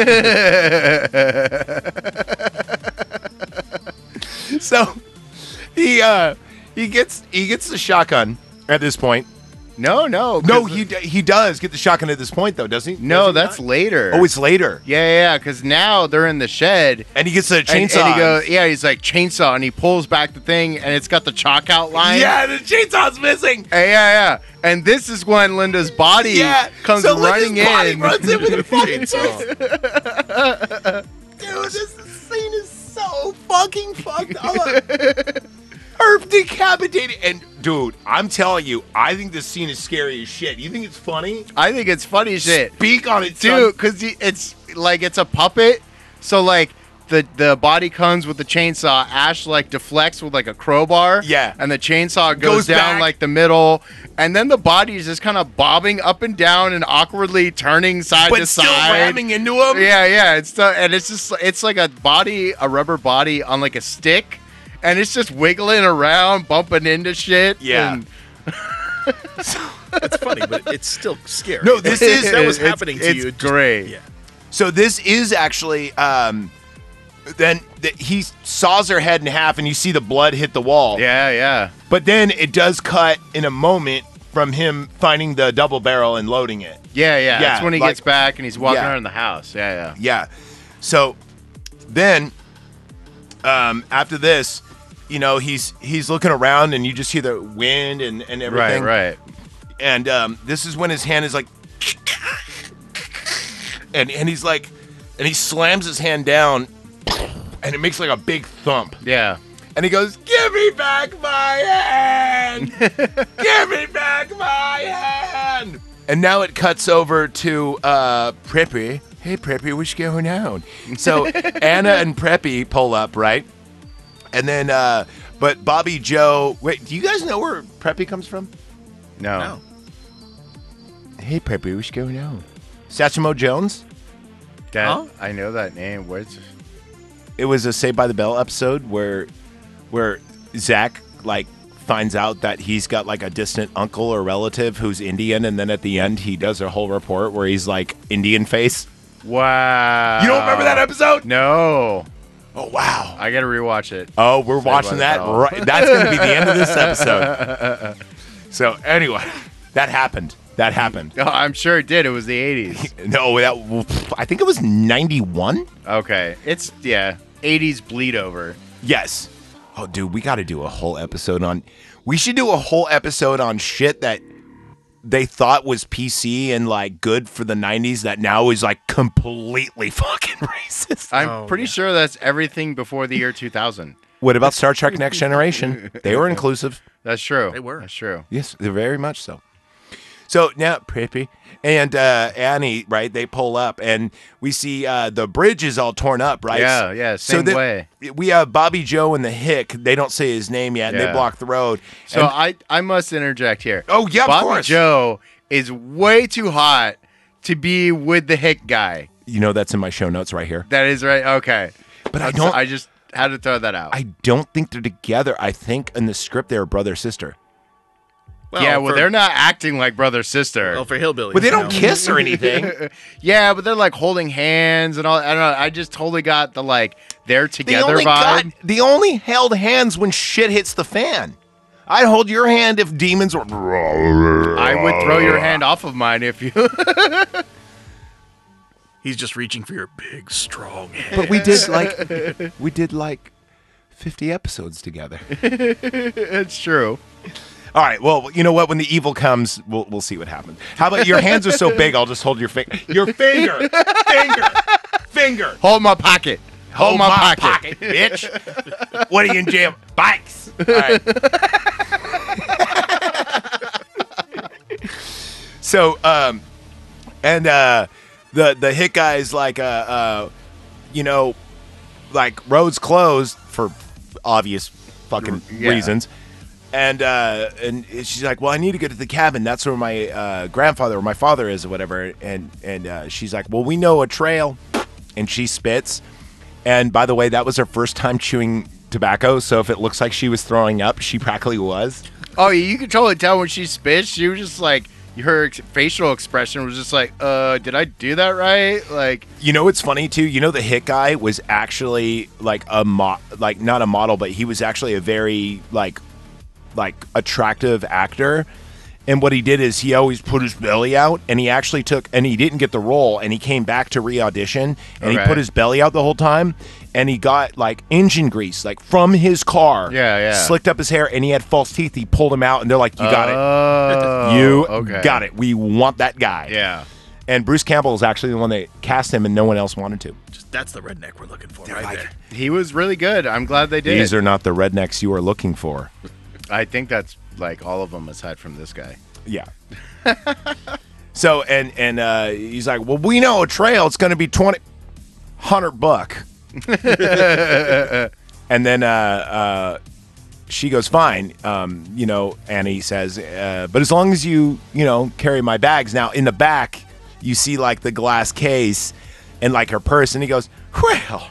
A: so he uh he gets he gets the shotgun at this point.
B: no, no, 'cause
A: No,
B: the-
A: he d- he does get the shotgun at this point though, does he?
B: no.
A: Does he
B: That's
A: not?
B: later.
A: oh, it's later,
B: yeah, yeah. Because now they're in the shed.
A: and he gets the
B: And,
A: chainsaw.
B: and he goes, yeah, he's like chainsaw, and he pulls back the thing, and it's got the chalk outline.
A: yeah, the chainsaw's missing.
B: Uh, yeah, yeah. And this is when Linda's body
A: yeah,
B: comes
A: so Linda's
B: running
A: body
B: in.
A: runs in with a fucking chainsaw. Dude, this scene is so fucking fucked up. Herb decapitated, and dude, I'm telling you, I think this scene is scary as shit. You think it's funny?
B: I think it's funny shit.
A: Speak on it, son.
B: dude because it's like it's a puppet so like the the body comes with the chainsaw ash like deflects with like a crowbar
A: Yeah.
B: and the chainsaw goes,
A: Goes
B: down
A: back.
B: like the middle and then the body is just kind of bobbing up and down and awkwardly turning side
A: but
B: to
A: still
B: side
A: ramming into him.
B: yeah yeah it's the, and it's just it's like a body a rubber body on like a stick and it's just wiggling around bumping into shit
A: Yeah.
B: and
C: It's funny, but it's still scary.
A: No, this is-
C: that was
B: it's-
C: happening to
B: it's
C: you.
B: great
C: Yeah.
A: So this is actually um, then th- he saws her head in half, and you see the blood hit the wall.
B: yeah yeah
A: But then it does cut in a moment from him finding the double barrel and loading it.
B: Yeah,
A: Yeah,
B: yeah. That's when he
A: like-
B: gets back and he's walking
A: yeah.
B: around the house. Yeah, yeah.
A: Yeah. So then um, after this, you know, he's he's looking around, and you just hear the wind and and everything.
B: Right, right.
A: and um, this is when his hand is like, and and he's like, and he slams his hand down, and it makes like a big thump,
B: Yeah.
A: and he goes, "Give me back my hand! Give me back my hand!" And now it cuts over to uh, Preppy, hey, Preppy, what's going on? So Anna and Preppy pull up, right? And then, uh, but Bobby Joe, wait, do you guys know where Preppy comes from?
B: No.
C: No.
A: Hey, Preppy, what's going on? Satchmo Jones?
B: That,
C: Huh?
B: I know that name. Where's
A: It was a Saved by the Bell episode where, where Zach, like, finds out that he's got like a distant uncle or relative who's Indian and then at the end he does a whole report where he's like Indian face.
B: Wow.
A: You don't remember that episode?
B: No.
A: Oh wow.
B: I gotta rewatch it.
A: Oh, we're
B: by
A: watching
B: the
A: that.
B: Bell.
A: Right, that's going to be the end of this episode. So anyway, that happened. That happened.
B: Oh, I'm sure it did. It was the 80s.
A: No, that I think it was ninety one.
B: okay. It's yeah. 80s bleed over.
A: Yes. Oh, dude, we got to do a whole episode on. We should do a whole episode on shit that they thought was PC and like good for the '90s that now is like completely fucking racist.
B: I'm
C: Oh,
B: pretty
C: yeah.
B: sure that's everything before the year 2000.
A: What about Star Trek: Next Generation? They were inclusive.
B: That's true.
C: They were.
B: That's true.
A: Yes, they're very much so. So now Preppy and uh, Annie, right? They pull up, and we see uh, the bridge is all torn up, right?
B: Yeah, yeah, same
A: then
B: way.
A: We have Bobby Joe and the Hick. They don't say his name yet, and they
B: Yeah.
A: block the road.
B: So
A: And-
B: I I must interject here.
A: Oh, yeah, of
B: Bobby
A: course.
B: Joe is way too hot to be with the hick guy.
A: you know that's in my show notes right here.
B: That is right. Okay.
A: But I
B: That's-
A: don't. I,
B: I just had to throw that out.
A: don't think they're together. I think in the script they're brother sister.
C: Well,
B: yeah, well,
C: for-
B: they're not acting like brother sister.
C: Well, for hillbilly.
A: But they don't kiss or anything.
B: yeah, but they're like holding hands and all. I don't know. I just totally got the like they're
A: They
B: together
A: only
B: vibe.
A: got. They only held hands when shit hits the fan. I'd hold your hand if demons were.
B: I would throw your hand off of mine if you.
C: He's just reaching for your big, strong head.
A: But we did like we did like 50 episodes together.
B: it's true.
A: All right. Well, you know what? When the evil comes, we'll, we'll see what happens. How about your hands are so big? I'll just hold your finger. Your finger, finger, finger.
B: Hold my pocket. Hold, my, pocket.
A: bitch. What are you in jail? Bikes. All right. so, um, and uh, the the hit guy's like, uh, uh, you know, like roads closed for obvious fucking
B: Yeah.
A: reasons. And uh, and she's like, well, I need to go to the cabin. That's where my uh, grandfather or my father is or whatever. And and uh, she's like, well, we know a trail. And she spits. And by the way, that was her first time chewing tobacco. So if it looks like she was throwing up, she practically was.
B: Oh, yeah, you could totally tell when she spit. She was just like her ex- facial expression was just like, uh, did I do that right? Like,
A: You know what's funny too? You know the hit guy was actually like a mo- like not a model, but he was actually a very like like attractive actor. And what he did is he always put his belly out, and he actually took and he didn't get the role, and he came back to re audition, and he
B: Okay.
A: put his belly out the whole time, and he got like engine grease like from his car.
B: Yeah, yeah.
A: Slicked up his hair, and he had false teeth. He pulled him out, and they're like, "You got it,
B: Oh,
A: you
B: okay.
A: got it. We want that guy."
B: Yeah.
A: And Bruce Campbell is actually the one that cast him, and no one else wanted to.
C: Just, that's the redneck we're looking for right
A: like-
C: there.
B: He was really good. I'm glad they did.
A: These are not the rednecks you are looking for.
B: I think that's like all of them aside from this guy.
A: Yeah. so and and uh, he's like, well, we know a trail. It's going to be twenty, hundred buck. and then uh, uh, she goes, fine. Um, you know, Annie says, uh, but as long as you you know carry my bags. Now in the back, you see like the glass case and like her purse, and he goes, well,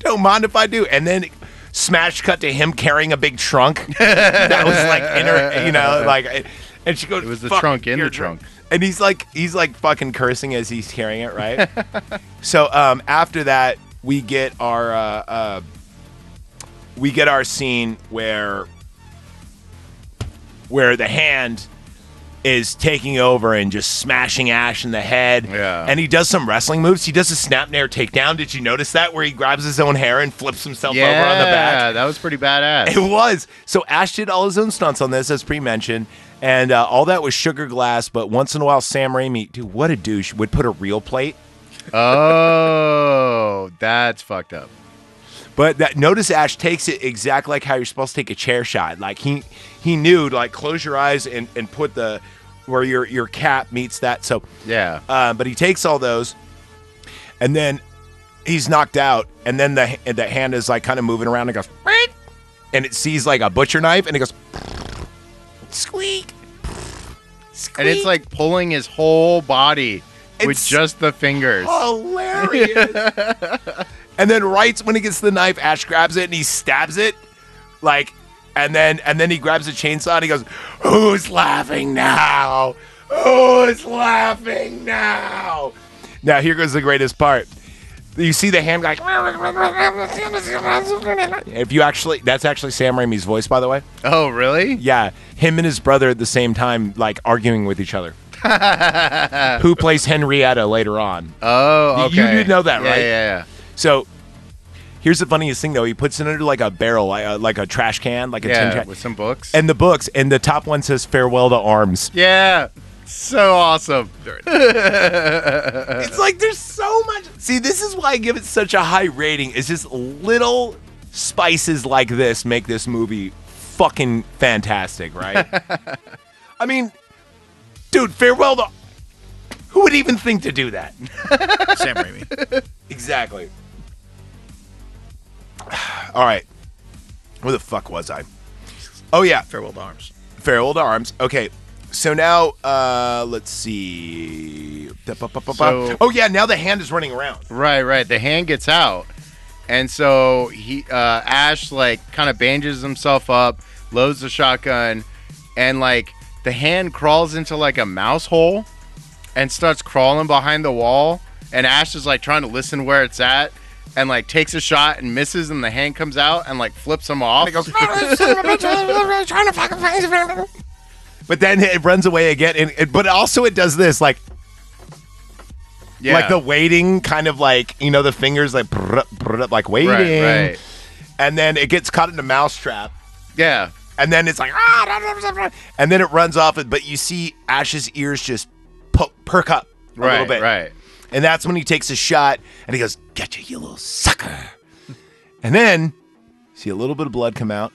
A: don't mind if I do. And then. Smash cut to him carrying a big trunk. that was like inner, you know, like, and she goes,
B: It was the
A: "Fuck
B: trunk in
A: your
B: the trunk."
A: and he's like he's like fucking cursing as he's carrying it right so um after that we get our uh, uh we get our scene where where the hand is taking over and just smashing Ash in the head.
B: Yeah.
A: And he does some wrestling moves. He does a snap nair takedown. Did you notice that? Where he grabs his own hair and flips himself over on the back.
B: that was pretty badass.
A: It was. So Ash did all his own stunts on this, as pre mentioned. And uh, all that was sugar glass, but once in a while, Sam Raimi, dude, what a douche, would put a real plate.
B: oh, that's fucked up.
A: But that notice Ash takes it exactly like how you're supposed to take a chair shot. Like he he knew, like close your eyes and, and put the where your your cap meets that. So
B: Yeah.
A: uh, but he takes all those and then he's knocked out, and then the and the hand is like kind of moving around and goes, "Meep," and it sees like a butcher knife, and it goes, squeak, squeak.
B: and it's like pulling his whole body with
A: It's- Oh.
B: just the fingers.
A: hilarious. and then right when he gets the knife, Ash grabs it and he stabs it, like, and then and then he grabs a chainsaw and he goes, "Who's laughing now? Who's laughing now?" Now here goes the greatest part. You see the hand like. If you actually, that's actually Sam Raimi's voice, by the way.
B: Oh, really?
A: Yeah, him and his brother at the same time, like arguing with each other. Who plays Henrietta later on?
B: Oh,
A: You- you
B: okay.
A: did know that,
B: Yeah,
A: right?
B: Yeah,
A: So here's the funniest thing though. He puts it under like a barrel, like a, like a trash can, like a
B: yeah.
A: tin
B: Yeah,
A: trash.
B: with some books.
A: And the books, and the top one says "Farewell to Arms."
B: yeah, so awesome. Uh.
A: It's like there's so much. See, this is why I give it such a high rating. It's just little spices like this make this movie fucking fantastic, right? I mean, dude, farewell to. Who would even think to do that?
C: Sam Raimi.
A: Exactly. All right. Where the fuck was I? Oh yeah,
C: Farewell to Arms.
A: Farewell to Arms. Okay. So now, uh, let's see.
B: So-
A: oh yeah, now the hand is running around.
B: Right, right. The hand gets out, and so he uh, Ash like kind of bandages himself up, loads the shotgun, and like the hand crawls into like a mouse hole, and starts crawling behind the wall. And Ash is like trying to listen where it's at, and like takes a shot and misses, and the hand comes out and like flips him off.
A: But then it runs away again, and it, but also it does this like
B: yeah.
A: like the waiting kind of like you know the fingers like brrr, brrr, like waiting,
B: right, right,
A: and then it gets caught in a mousetrap.
B: yeah.
A: and then it's like ah, da, da, da, da," and then it runs off but you see ash's ears just po- perk up a
B: Right,
A: little bit
B: right.
A: and that's when he takes a shot and he goes gotcha you little sucker and then see a little bit of blood come out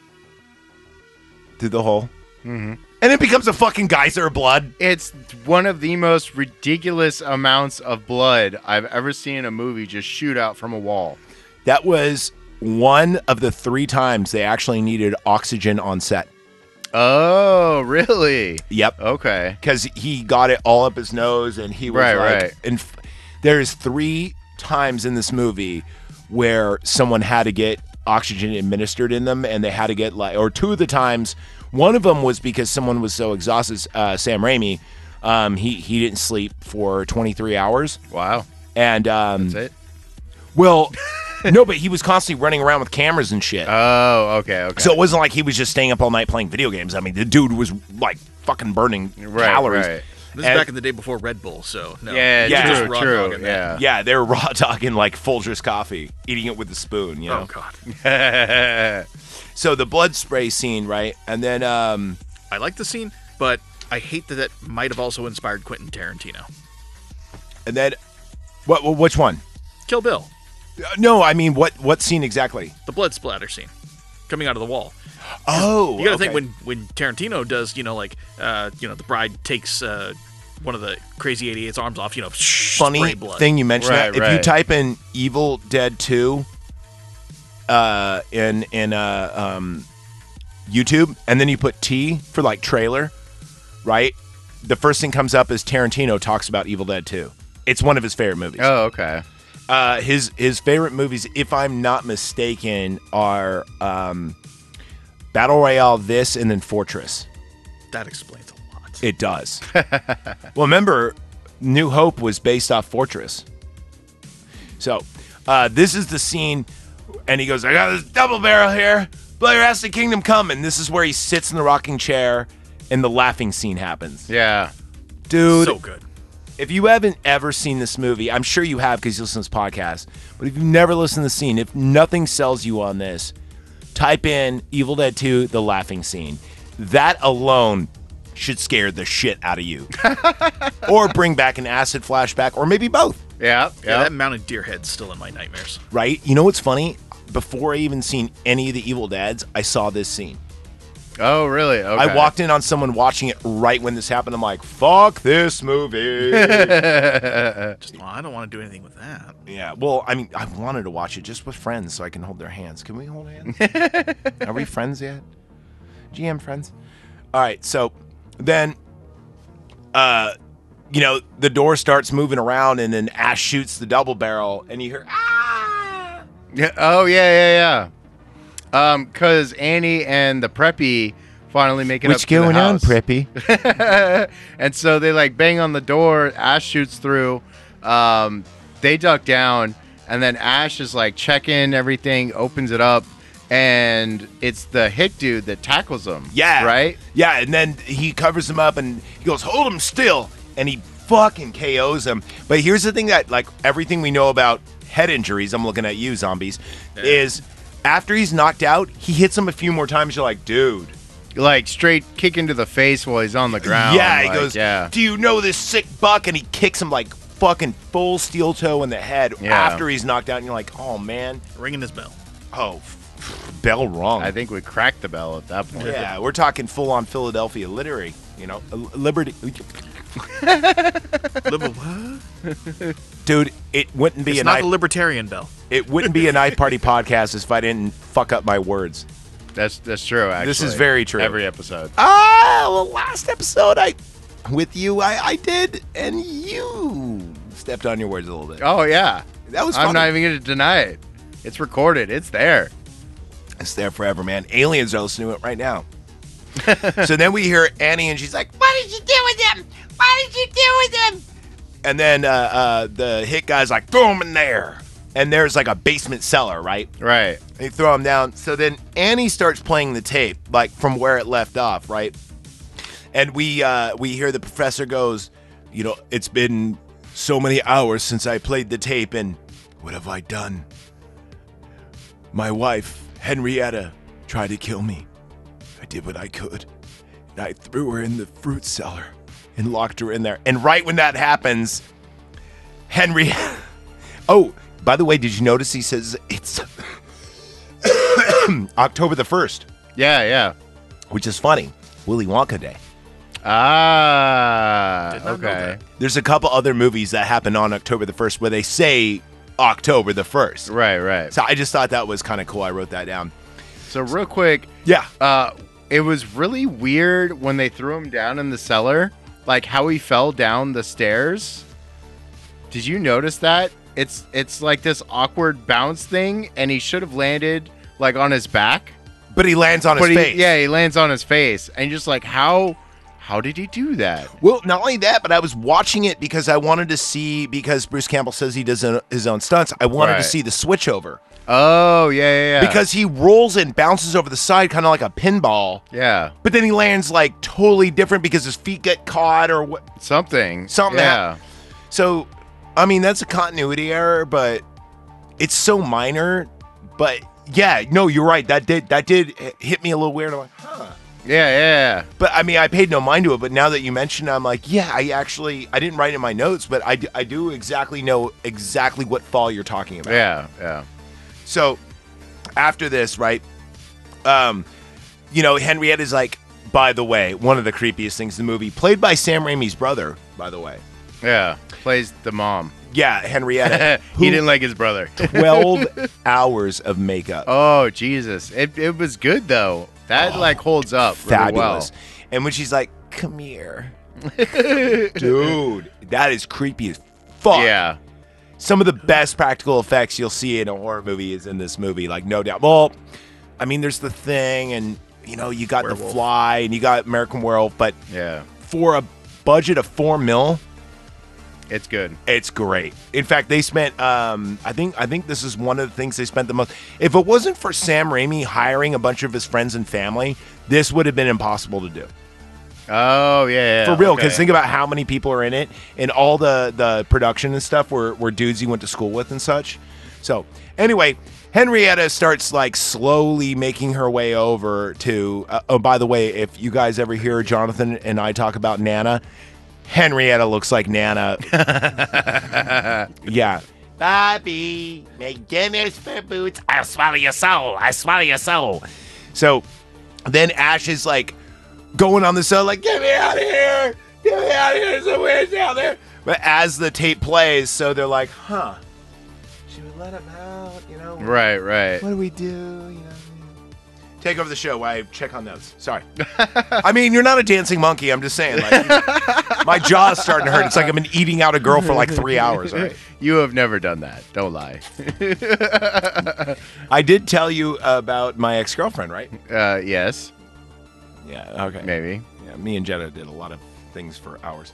A: through the hole
B: Mm-hmm.
A: and it becomes a fucking geyser of blood
B: It's one of the most ridiculous amounts of blood I've ever seen in a movie just shoot out from a wall.
A: that was one of the three times they actually needed oxygen on set
B: Oh, really?
A: yep
B: Okay.
A: because he got it all up his nose and he was
B: Right,
A: like
B: right.
A: and f- there's three times in this movie where someone had to get oxygen administered in them and they had to get like or two of the times one of them was because someone was so exhausted uh, sam raimi um, he, he didn't sleep for 23 hours
B: Wow.
A: and um,
B: That's it.
A: well no but he was constantly running around with cameras and shit
B: Oh, okay, okay.
A: so it wasn't like he was just staying up all night playing video games i mean the dude was like fucking burning
B: Right,
A: calories
B: right.
C: This
A: And-
C: is back in the day before Red Bull, so no.
B: yeah,
A: Yeah.
C: Just
B: true,
C: raw
B: true.
C: dogging that.
B: Yeah.
A: Yeah, they're raw dogging like Folgers coffee, eating it with a spoon, you know.
C: Oh god.
A: So the blood spray scene, right? And then um
C: I like the scene, but I hate that that might have also inspired Quentin Tarantino.
A: and then what wh- which one?
C: Kill Bill,
A: Uh, No, I mean what what scene exactly?
C: the blood splatter scene coming out of the wall.
A: Oh.
C: You got to
A: okay.
C: think when when Tarantino does, you know, like uh, you know, the bride takes uh, one of the crazy 88's arms off, you know,
A: funny
C: spray blood.
A: thing you mentioned
B: Right,
A: that. If you
B: right.
A: type in Evil Dead 2 uh in in uh um YouTube and then you put T for like trailer, right? The first thing comes up is Tarantino talks about Evil Dead 2. It's one of his favorite movies.
B: Oh, okay.
A: uh, his his favorite movies, if I'm not mistaken, are um, Battle Royale, this, and then Fortress.
C: that explains a lot.
A: It does. well, remember, New Hope was based off Fortress. So, uh, this is the scene, and he goes, "I got this double barrel here. Blow your ass to Kingdom Come." And this is where he sits in the rocking chair, and the laughing scene happens.
B: Yeah.
A: Dude,
C: so good.
A: if you haven't ever seen this movie, I'm sure you have because you listen to this podcast, but if you've never listened to the scene, if nothing sells you on this, type in Evil Dead 2, the laughing scene. That alone should scare the shit out of you. or bring back an acid flashback, or maybe both,
B: Yeah.
C: Yeah,
B: Yeah.
C: that mounted deer head's still in my nightmares.
A: right? You know what's funny? Before I even seen any of the Evil Dads, I saw this scene.
B: Oh, really? Okay.
A: I walked in on someone watching it right when this happened. I'm like, fuck this movie.
C: Just well, I don't want to do anything with that.
A: yeah. Well, I mean, I wanted to watch it just with friends so I can hold their hands. Can we hold hands? Are we friends yet? GM friends. All right. So then, uh, you know, the door starts moving around and then Ash shoots the double barrel and you hear, ah!
B: Yeah. Oh yeah, yeah, yeah. Um, cause Annie and the preppy finally make it up to the house.
A: Preppy?
B: and so they like bang on the door. Ash shoots through. Um, they duck down, and then Ash is like checking everything, opens it up, and it's the hit dude that tackles him.
A: Yeah.
B: Right.
A: Yeah, and then he covers him up and he goes, "Hold him still," and he fucking KOs him. But here's the thing that, like, everything we know about head injuries, I'm looking at you, zombies, is after he's knocked out, he hits him a few more times. You're like, dude.
B: Like straight kick into the face while he's on the ground.
A: yeah, he
B: like,
A: goes,
B: Yeah.
A: "Do you know this sick buck?" And he kicks him like fucking full steel toe in the head
B: Yeah.
A: after he's knocked out. And you're like, "Oh man,
C: Ringing his bell.
A: oh." Bell rung.
B: I think we cracked the bell at that point.
A: Yeah, we're talking full on Philadelphia literary, you know, uh, liberty.
C: Liber- what?
A: Dude, it wouldn't be
C: It's
A: an
C: not
A: I-
C: the libertarian bell.
A: it wouldn't be a night party podcast if I didn't fuck up my words.
B: That's that's true. Actually,
A: This is very true.
B: Every episode.
A: Ah, well, last episode I with you I I did, and you stepped on your words a little bit.
B: Oh yeah.
A: That was
B: I'm
A: funny.
B: not even gonna deny it. It's recorded. It's there.
A: It's there forever, man. Aliens are listening to it right now. so then we hear Annie, and she's like, "What did you do with him? What did you do with him?" And then uh, uh, the hit guy's like, "Throw him in there." And there's like a basement cellar, right?
B: Right.
A: They throw him down. So then Annie starts playing the tape, like from where it left off, right? And we uh, we hear the professor goes, you know, it's been so many hours since I played the tape, and what have I done? My wife Henrietta tried to kill me. I did what I could, and I threw her in the fruit cellar and locked her in there. And right when that happens, Henrietta. Oh, by the way, did you notice he says it's October the 1st,
B: Yeah. Yeah.
A: which is funny. Willy Wonka Day. Uh,
B: Ah.
C: Did not know
B: okay.
A: There's a couple other movies that happen on October the 1st where they say October the 1st.
B: Right. Right.
A: So I just thought that was kind of cool. I wrote that down.
B: So real quick,
A: Yeah.
B: uh, it was really weird when they threw him down in the cellar, like how he fell down the stairs. Did you notice that? It's it's like this awkward bounce thing, and he should have landed like on his back.
A: But he lands on
B: but
A: his
B: he,
A: face.
B: yeah, he lands on his face, and you're just like, how, how did he do that?
A: Well, not only that, but I was watching it because I wanted to see, because Bruce Campbell says he does his own stunts, I wanted to
B: Right.
A: see the switch over.
B: Oh yeah, yeah, yeah.
A: Because he rolls and bounces over the side, kind of like a pinball.
B: yeah,
A: But then he lands like totally different because his feet get caught or what.
B: something,
A: Something
B: Yeah,
A: So, I mean, that's a continuity error, but it's so minor. But yeah, no, you're right. That did that did h- hit me a little weird. I'm like, huh.
B: yeah, yeah.
A: But I mean, I paid no mind to it. But now that you mention, it, I'm like, yeah, I actually I didn't write in my notes, but I, d- I do exactly know exactly what fall you're talking about.
B: Yeah, yeah.
A: So after this, right? Um, you know, Henrietta's like, by the way, one of the creepiest things in the movie, played by Sam Raimi's brother, by the way.
B: Yeah, plays the mom.
A: Yeah, Henrietta.
B: he didn't like his brother.
A: 12 hours of makeup.
B: oh Jesus, it, it was good though. That like holds up really well.
A: Oh, Fabulous. And when she's like, come here. Dude, that is creepy as fuck.
B: Yeah,
A: Some of the best practical effects you'll see in a horror movie is in this movie, like, no doubt. Well, I mean, there's the thing, and, you know, you got The
C: Werewolf.
A: Fly, and you got American Werewolf, but
B: yeah.
A: for a budget of four mil,
B: It's good.
A: It's great. In fact, they spent. Um, I think. I think this is one of the things they spent the most. If it wasn't for Sam Raimi hiring a bunch of his friends and family, this would have been impossible to do
B: Oh yeah, yeah
A: for real.
B: okay.
A: Because think about how many people are in it, and all the the production and stuff were were dudes you went to school with and such. So anyway, Henrietta starts like slowly making her way over to. Uh, oh, by the way, if you guys ever hear Jonathan and I talk about Nana, Henrietta looks like Nana. yeah. Bobby, make dinners for boots. I'll swallow your soul. I swallow your soul. So Then Ash is like going on the cell, like, get me out of here! Get me out of here! There's a witch out there! But as the tape plays, so they're like, huh, should we let him out? You know,
B: Right, right.
A: what do we do? You know, take over the show while I check on notes. Sorry. I mean, you're not a dancing monkey. I'm just saying. Like, my jaw's starting to hurt. It's like I've been eating out a girl for like three hours. All right.
B: You have never done that. Don't lie.
A: I did tell you about my ex girlfriend, right?
B: Uh, yes,
A: Yeah. Okay.
B: maybe.
A: Yeah, me and Jenna did a lot of things for hours.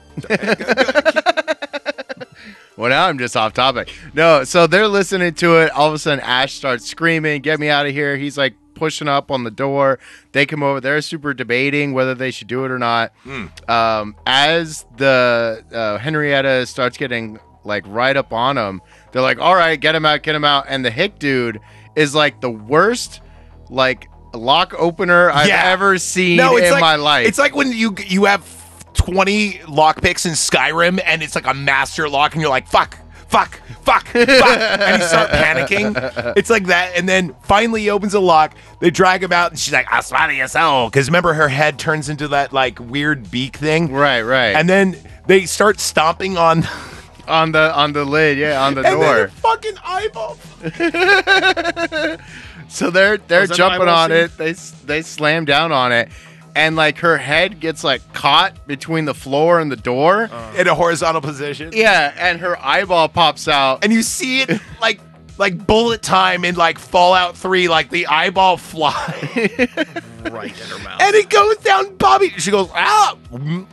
B: Well, now I'm just off topic. No, so they're listening to it. All of a sudden, Ash starts screaming, Get me out of here. He's like pushing up on the door. They come over. They're super debating whether they should do it or not.
A: Hmm.
B: Um, as the uh, Henrietta starts getting like right up on him, they're like, All right, get him out, get him out. And the hick dude is like the worst, like, lock opener I've
A: Yeah.
B: ever seen
A: no, it's
B: in
A: like
B: my life.
A: it's like when you you have twenty lockpicks in Skyrim, and it's like a master lock, and you're like, fuck. Fuck, fuck, fuck. and you start panicking. It's like that. And then finally he opens a lock. They drag him out and she's like, I'll swallow your soul. Because remember her head turns into that like weird beak thing.
B: right, right.
A: And then they start stomping on
B: on the on the lid, yeah, on the
A: and then
B: door.
A: the fucking eyeball
B: So they're they're
C: Was that
B: jumping
C: the eyeball
B: on
C: scene?
B: it. They s- they slam down on it, and like her head gets like caught between the floor and the door.
C: Uh.
A: in a horizontal position.
B: Yeah, and her eyeball pops out.
A: and you see it like like bullet time in like Fallout 3, like the eyeball fly.
C: right in her mouth.
A: and it goes down Bobby. She goes, ah Mm.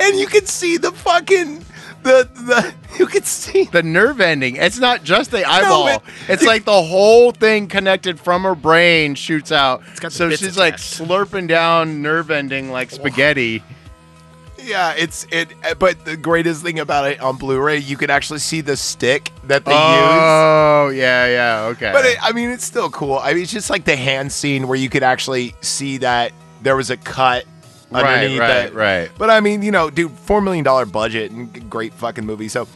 A: and you can see the fucking the the you can see
B: the nerve ending. It's not just the eyeball.
A: but-
B: it's like the whole thing connected from her brain shoots out.
C: got the
B: so
C: bits
B: she's like
C: attached.
B: slurping down nerve ending like spaghetti.
A: Yeah, it's it but the greatest thing about it on Blu-ray, you can actually see the stick that they use.
B: oh yeah, yeah, okay.
A: But it, I mean, it's still cool. I mean, it's just like the hand scene where you could actually see that there was a cut underneath
B: right,
A: that.
B: right.
A: But I mean, you know, dude, four million dollar budget and g- great fucking movie. So,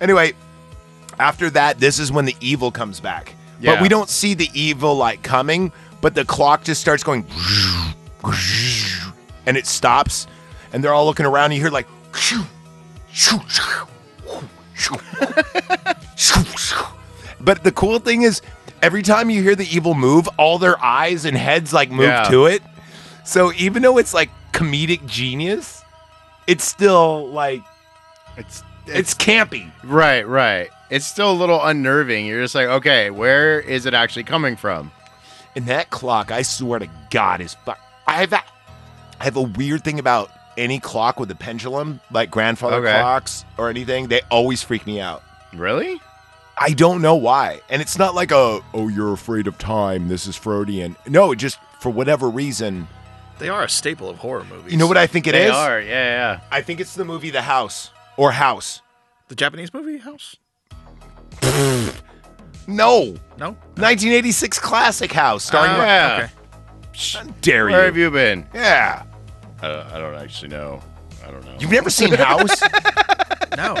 A: anyway, after that, this is when the evil comes back. But
B: Yeah.
A: we don't see the evil like coming. But the clock just starts going, and it stops, and they're all looking around. And you hear like, but the cool thing is, every time you hear the evil move, all their eyes and heads like move
B: Yeah.
A: to it. So even though it's like comedic genius, it's still like
B: it's
A: it's campy.
B: Right, right. It's still a little unnerving. You're just like, okay, where is it actually coming from?
A: And that clock, I swear to God, is fuck. I have a, I have a weird thing about any clock with a pendulum, like grandfather
B: Okay.
A: clocks or anything. They always freak me out.
B: Really?
A: I don't know why. And it's not like a oh you're afraid of time. This is Freudian. No, it just for whatever reason.
C: they are a staple of horror movies.
A: You know what I think it is?
B: they are, yeah,
A: I think it's the movie The House or House.
C: The Japanese movie House?
A: No.
C: No.
A: 1986 classic House starring
B: yeah. yeah.
C: okay.
A: How dare
B: Ah. Where
A: you.
B: have you been?
A: Yeah.
B: I don't, I don't actually know. I don't know.
A: You've never seen House?
C: No.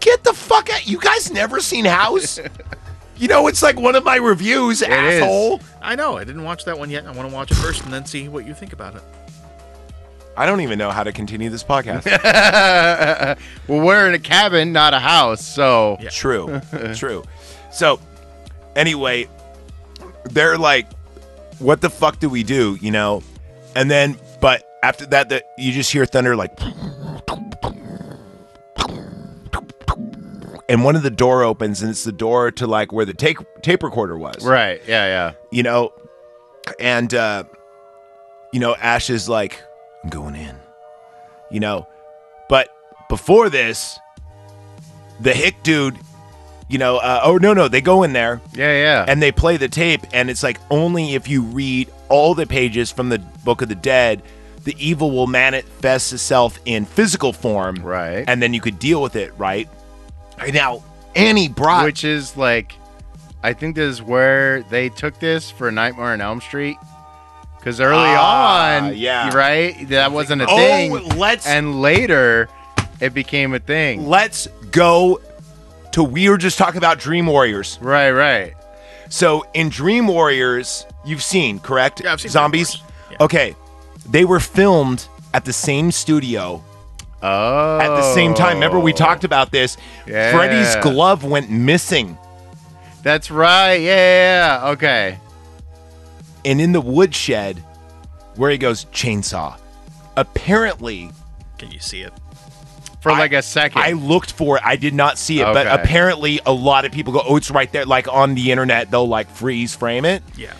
A: Get the fuck out. You guys never seen House? You know, it's like one of my reviews,
B: is.
A: asshole.
C: I know. I didn't watch that one yet. I want to watch it first and then see what you think about it.
A: I don't even know how to continue this podcast.
B: well, we're in a cabin, not a house, so
C: Yeah.
A: True. True. So, anyway, they're like, what the fuck do we do? You know? And then, but after that, the, you just hear thunder like. And one of the door opens, and it's the door to like where the tape tape recorder was.
B: right, yeah,
A: you know and uh you know ash is like i'm going in you know but before this the hick dude you know uh, oh no no they go in there
B: yeah, yeah, yeah.
A: and they play the tape and it's like only if you read all the pages from the book of the dead the evil will manifest itself in physical form
B: Right.
A: and then you could deal with it right And now annie brought
B: Which is like, I think this is where they took this for Nightmare on Elm Street, because early
A: Ah,
B: on,
A: yeah.
B: right, that wasn't a
A: oh
B: thing,
A: let's
B: and later it became a thing.
A: Let's go to we were just talking about Dream Warriors.
B: Right, right.
A: So in Dream Warriors, you've seen, correct?
C: Yeah, I've seen Dream
A: Zombies?
C: Warriors. Yeah.
A: Okay. They were filmed at the same studio
B: Oh.
A: at the same time. Remember,
C: Oh.
A: we talked about this.
B: Yeah.
A: Freddy's glove went missing.
B: Oh. That's right. Yeah, yeah, yeah. Okay.
A: And in the woodshed, where he goes, chainsaw. Apparently,
C: Can you see it?
B: For like a second.
A: I looked for it. I did not see it, but
B: Okay.
A: apparently a lot of people go, "Oh, it's right there!" Like on the internet, they'll like freeze frame it.
C: Yeah.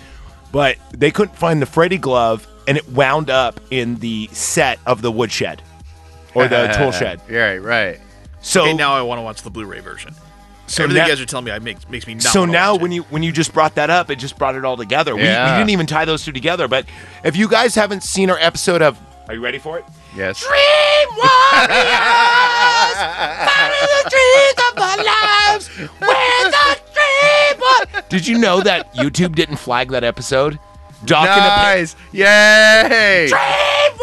A: But they couldn't find the Freddy glove, and it wound up in the set of the woodshed or the tool shed.
B: Yeah, right, right.
A: So
C: Okay, now I want to watch the Blu-ray version.
A: so
C: Everything
A: now-
C: you guys are telling me, I makes makes me not.
A: so
C: wanna
A: now
C: watch it.
A: when you when you just brought that up, it just brought it all together. We- We,
B: Yeah.
A: didn't even tie those two together. But if you guys haven't seen our episode of, are you ready for it?
B: Yes.
A: Dream Warriors, follow the dreams of our lives. We're the dream war- Did you know that YouTube didn't flag that episode? Doc and the Pig-
B: Nice. Yay.
A: Dream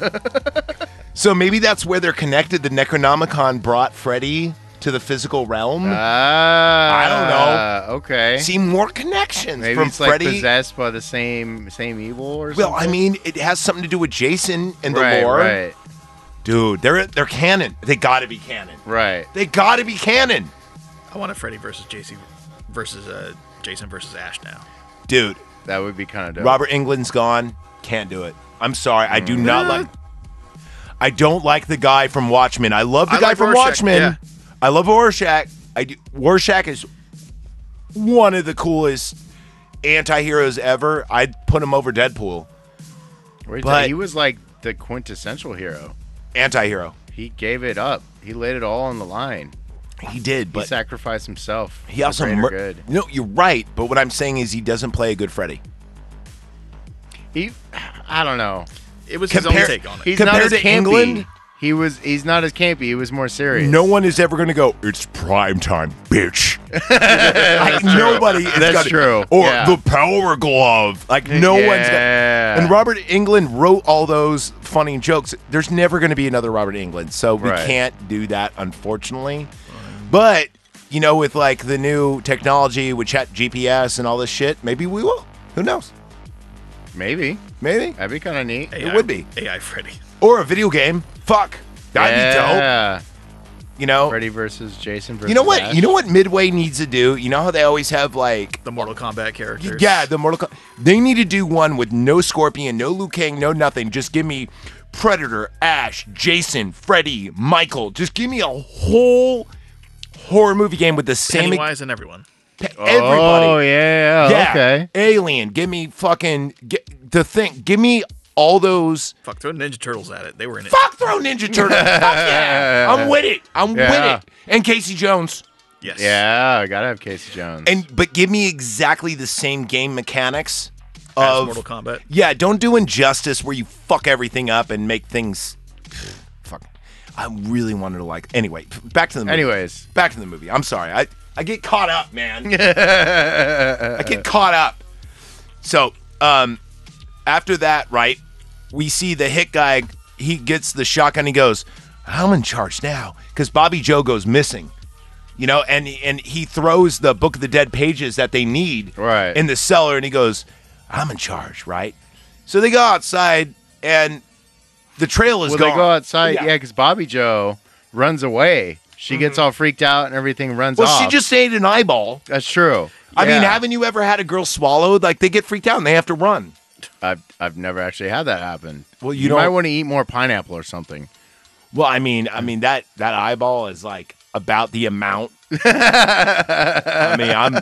A: Warrior! Yowza! so maybe that's where they're connected. The Necronomicon brought Freddy to the physical realm.
B: Ah, I don't know. Uh, Okay.
A: See more connections
B: Maybe
A: from
B: it's like
A: Freddy.
B: possessed by the same same evil or something.
A: well, I mean, it has something to do with Jason and the
B: right,
A: lore.
B: Right,
A: Dude, they're they're canon. They gotta be canon.
B: right.
A: They gotta be canon.
C: I want a Freddy versus JC versus uh, Jason versus Ash now.
A: Dude,
B: That would be kind of dope.
A: Robert England's gone. Can't do it. I'm sorry. I do not
C: What?
A: like. I don't like the guy from Watchmen. I love the
C: I
A: guy
C: like
A: from
C: Rorschach,
A: Watchmen.
C: yeah.
A: I love Rorschach. I do. Rorschach is one of the coolest anti-heroes ever. I'd put him over Deadpool.
B: Where's
A: but-
B: that? he was like the quintessential hero.
A: Anti-hero.
B: He gave it up. He laid it all on the line.
A: He did,
B: He
A: but
B: sacrificed himself.
A: he also mur-
B: good.
A: No, you're right. But what I'm saying is he doesn't play a good Freddy.
B: He, I don't know.
C: It was
A: Compare-
C: his own take on it.
B: He's
A: Compared
B: not
A: to
B: as campy.
A: England?
B: He was. He's not as campy. He was more serious.
A: No one is ever going to go. It's prime time, bitch. like nobody. is
B: That's
A: gonna-
B: true.
A: Or
B: Yeah.
A: the power glove. Like no one's. Gonna,
B: Yeah.
A: and Robert England wrote all those funny jokes. There's never going to be another Robert England, so we
B: Right.
A: can't do that, unfortunately. But you know, with like the new technology with Chat GPS and all this shit, maybe we will. Who knows?
B: Maybe
A: Maybe
B: that'd be kind of neat.
A: it would be.
C: AI Freddy.
A: or a video game. Fuck, that'd be
B: yeah.
A: dope. You know.
B: Freddy versus Jason versus.
A: You know what?
B: Ash.
A: You know what Midway needs to do. You know how they always have like,
C: The Mortal Kombat characters.
A: yeah, the Mortal. Com- they need to do one with no Scorpion, no Liu Kang, no nothing. Just give me Predator, Ash, Jason, Freddy, Michael. Just give me a whole horror movie game with the same
C: Pennywise and everyone.
B: Oh
A: everybody.
B: yeah.
A: yeah,
B: Okay.
A: Alien. Give me fucking get, the thing. Give me all those.
C: Fuck, throw Ninja Turtles at it. They were in it.
A: Fuck, throw Ninja Turtles. Fuck yeah, I'm with it. I'm
B: Yeah.
A: with it. And Casey Jones.
C: Yes.
B: Yeah. Gotta have Casey Jones.
A: and but give me exactly the same game mechanics
C: As
A: of
C: Mortal Kombat.
A: yeah don't do injustice where you fuck everything up and make things fuck i really wanted to like anyway p- back to the movie
B: Anyways.
A: back to the movie i'm sorry i i get caught up man i get
B: Uh.
A: caught up so um after that right we see the hit guy he gets the shotgun he goes i'm in charge now because bobby joe goes missing you know, and and he throws the Book of the Dead pages that they need
B: Right.
A: in the cellar, and he goes, "I'm in charge, right?" So they go outside, and the trail is
B: Well,
A: gone.
B: they go outside.
A: Yeah. Mm-hmm.
B: Yeah, because Bobby Joe runs away. She gets all freaked out and everything runs
A: well,
B: off.
A: she just ate an eyeball.
B: That's true.
A: I mean,
B: Yeah.
A: haven't you ever had a girl swallowed? Like they get freaked out and they have to run.
B: I've I've never actually had that happen.
A: Well, you
B: you might
A: don't-
B: want to eat more pineapple or something.
A: Well, I mean, I mean that that eyeball is like about the amount. I mean, I'm,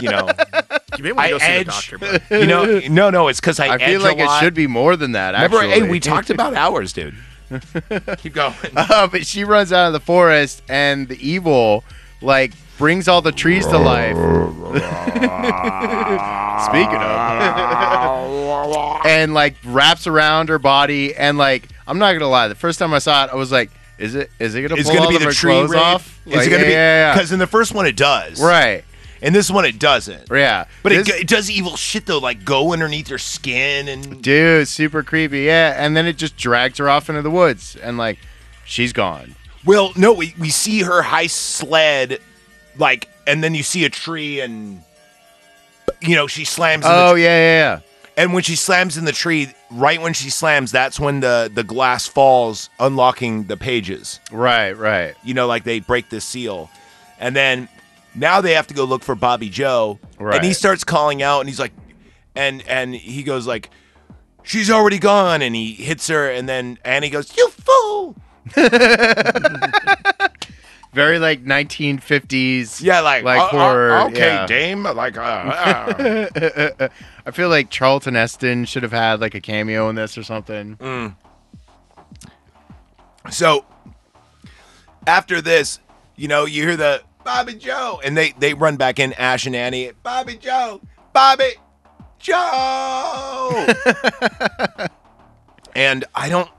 A: you know,
C: You may
A: I
C: want to go see
A: edge-
C: the doctor, but
A: you know, no, no, it's because I,
B: I feel
A: edge
B: like
A: a lot.
B: it should be more than that.
A: Remember,
B: Actually,
A: hey, we talked about hours, dude. Keep going.
B: Uh, but she runs out of the forest, and the evil like brings all the trees to life. Speaking of, and like wraps around her body, and like I'm not gonna lie, the first time I saw it, I was like, "Is it? Is it gonna
A: It's
B: pull
A: gonna
B: all
A: be
B: of
A: the
B: her
A: tree
B: clothes
A: rape.
B: off?
A: Is
B: Like,
A: it gonna
B: yeah,
A: be
B: yeah, yeah.
A: because in the first one it does,
B: right?
A: And this one it doesn't.
B: Yeah,
A: But it,
B: This-
A: go- it does evil shit though, like go underneath your skin and
B: dude super creepy yeah and then it just drags her off into the woods and like She's gone.
A: Well, no, we, we see her high sled, like, and then you see a tree, and you know she slams. In the
B: Oh yeah, yeah, yeah.
A: tr- and when she slams in the tree, right when she slams, that's when the the glass falls, unlocking the pages.
B: Right, right,
A: You know, like they break the seal, and then now they have to go look for Bobby Joe, and he
B: Right.
A: starts calling out, and he's like, and and he goes like, she's already gone, and he hits her, and then Annie goes, you fool.
B: very like 1950s.
A: Yeah, like,
B: Like
A: uh, uh,
B: horror,
A: okay,
B: yeah.
A: Dame. Like, uh, uh,
B: I feel like Charlton Heston should have had like a cameo in this or something.
A: Mm. So after this, you know, you hear the Bobby Joe, and they they run back in Ash and Annie. Bobby Joe, Bobby Joe. and I don't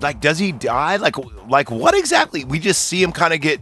A: like. Does he die? Like like what exactly? We just see him kind of get.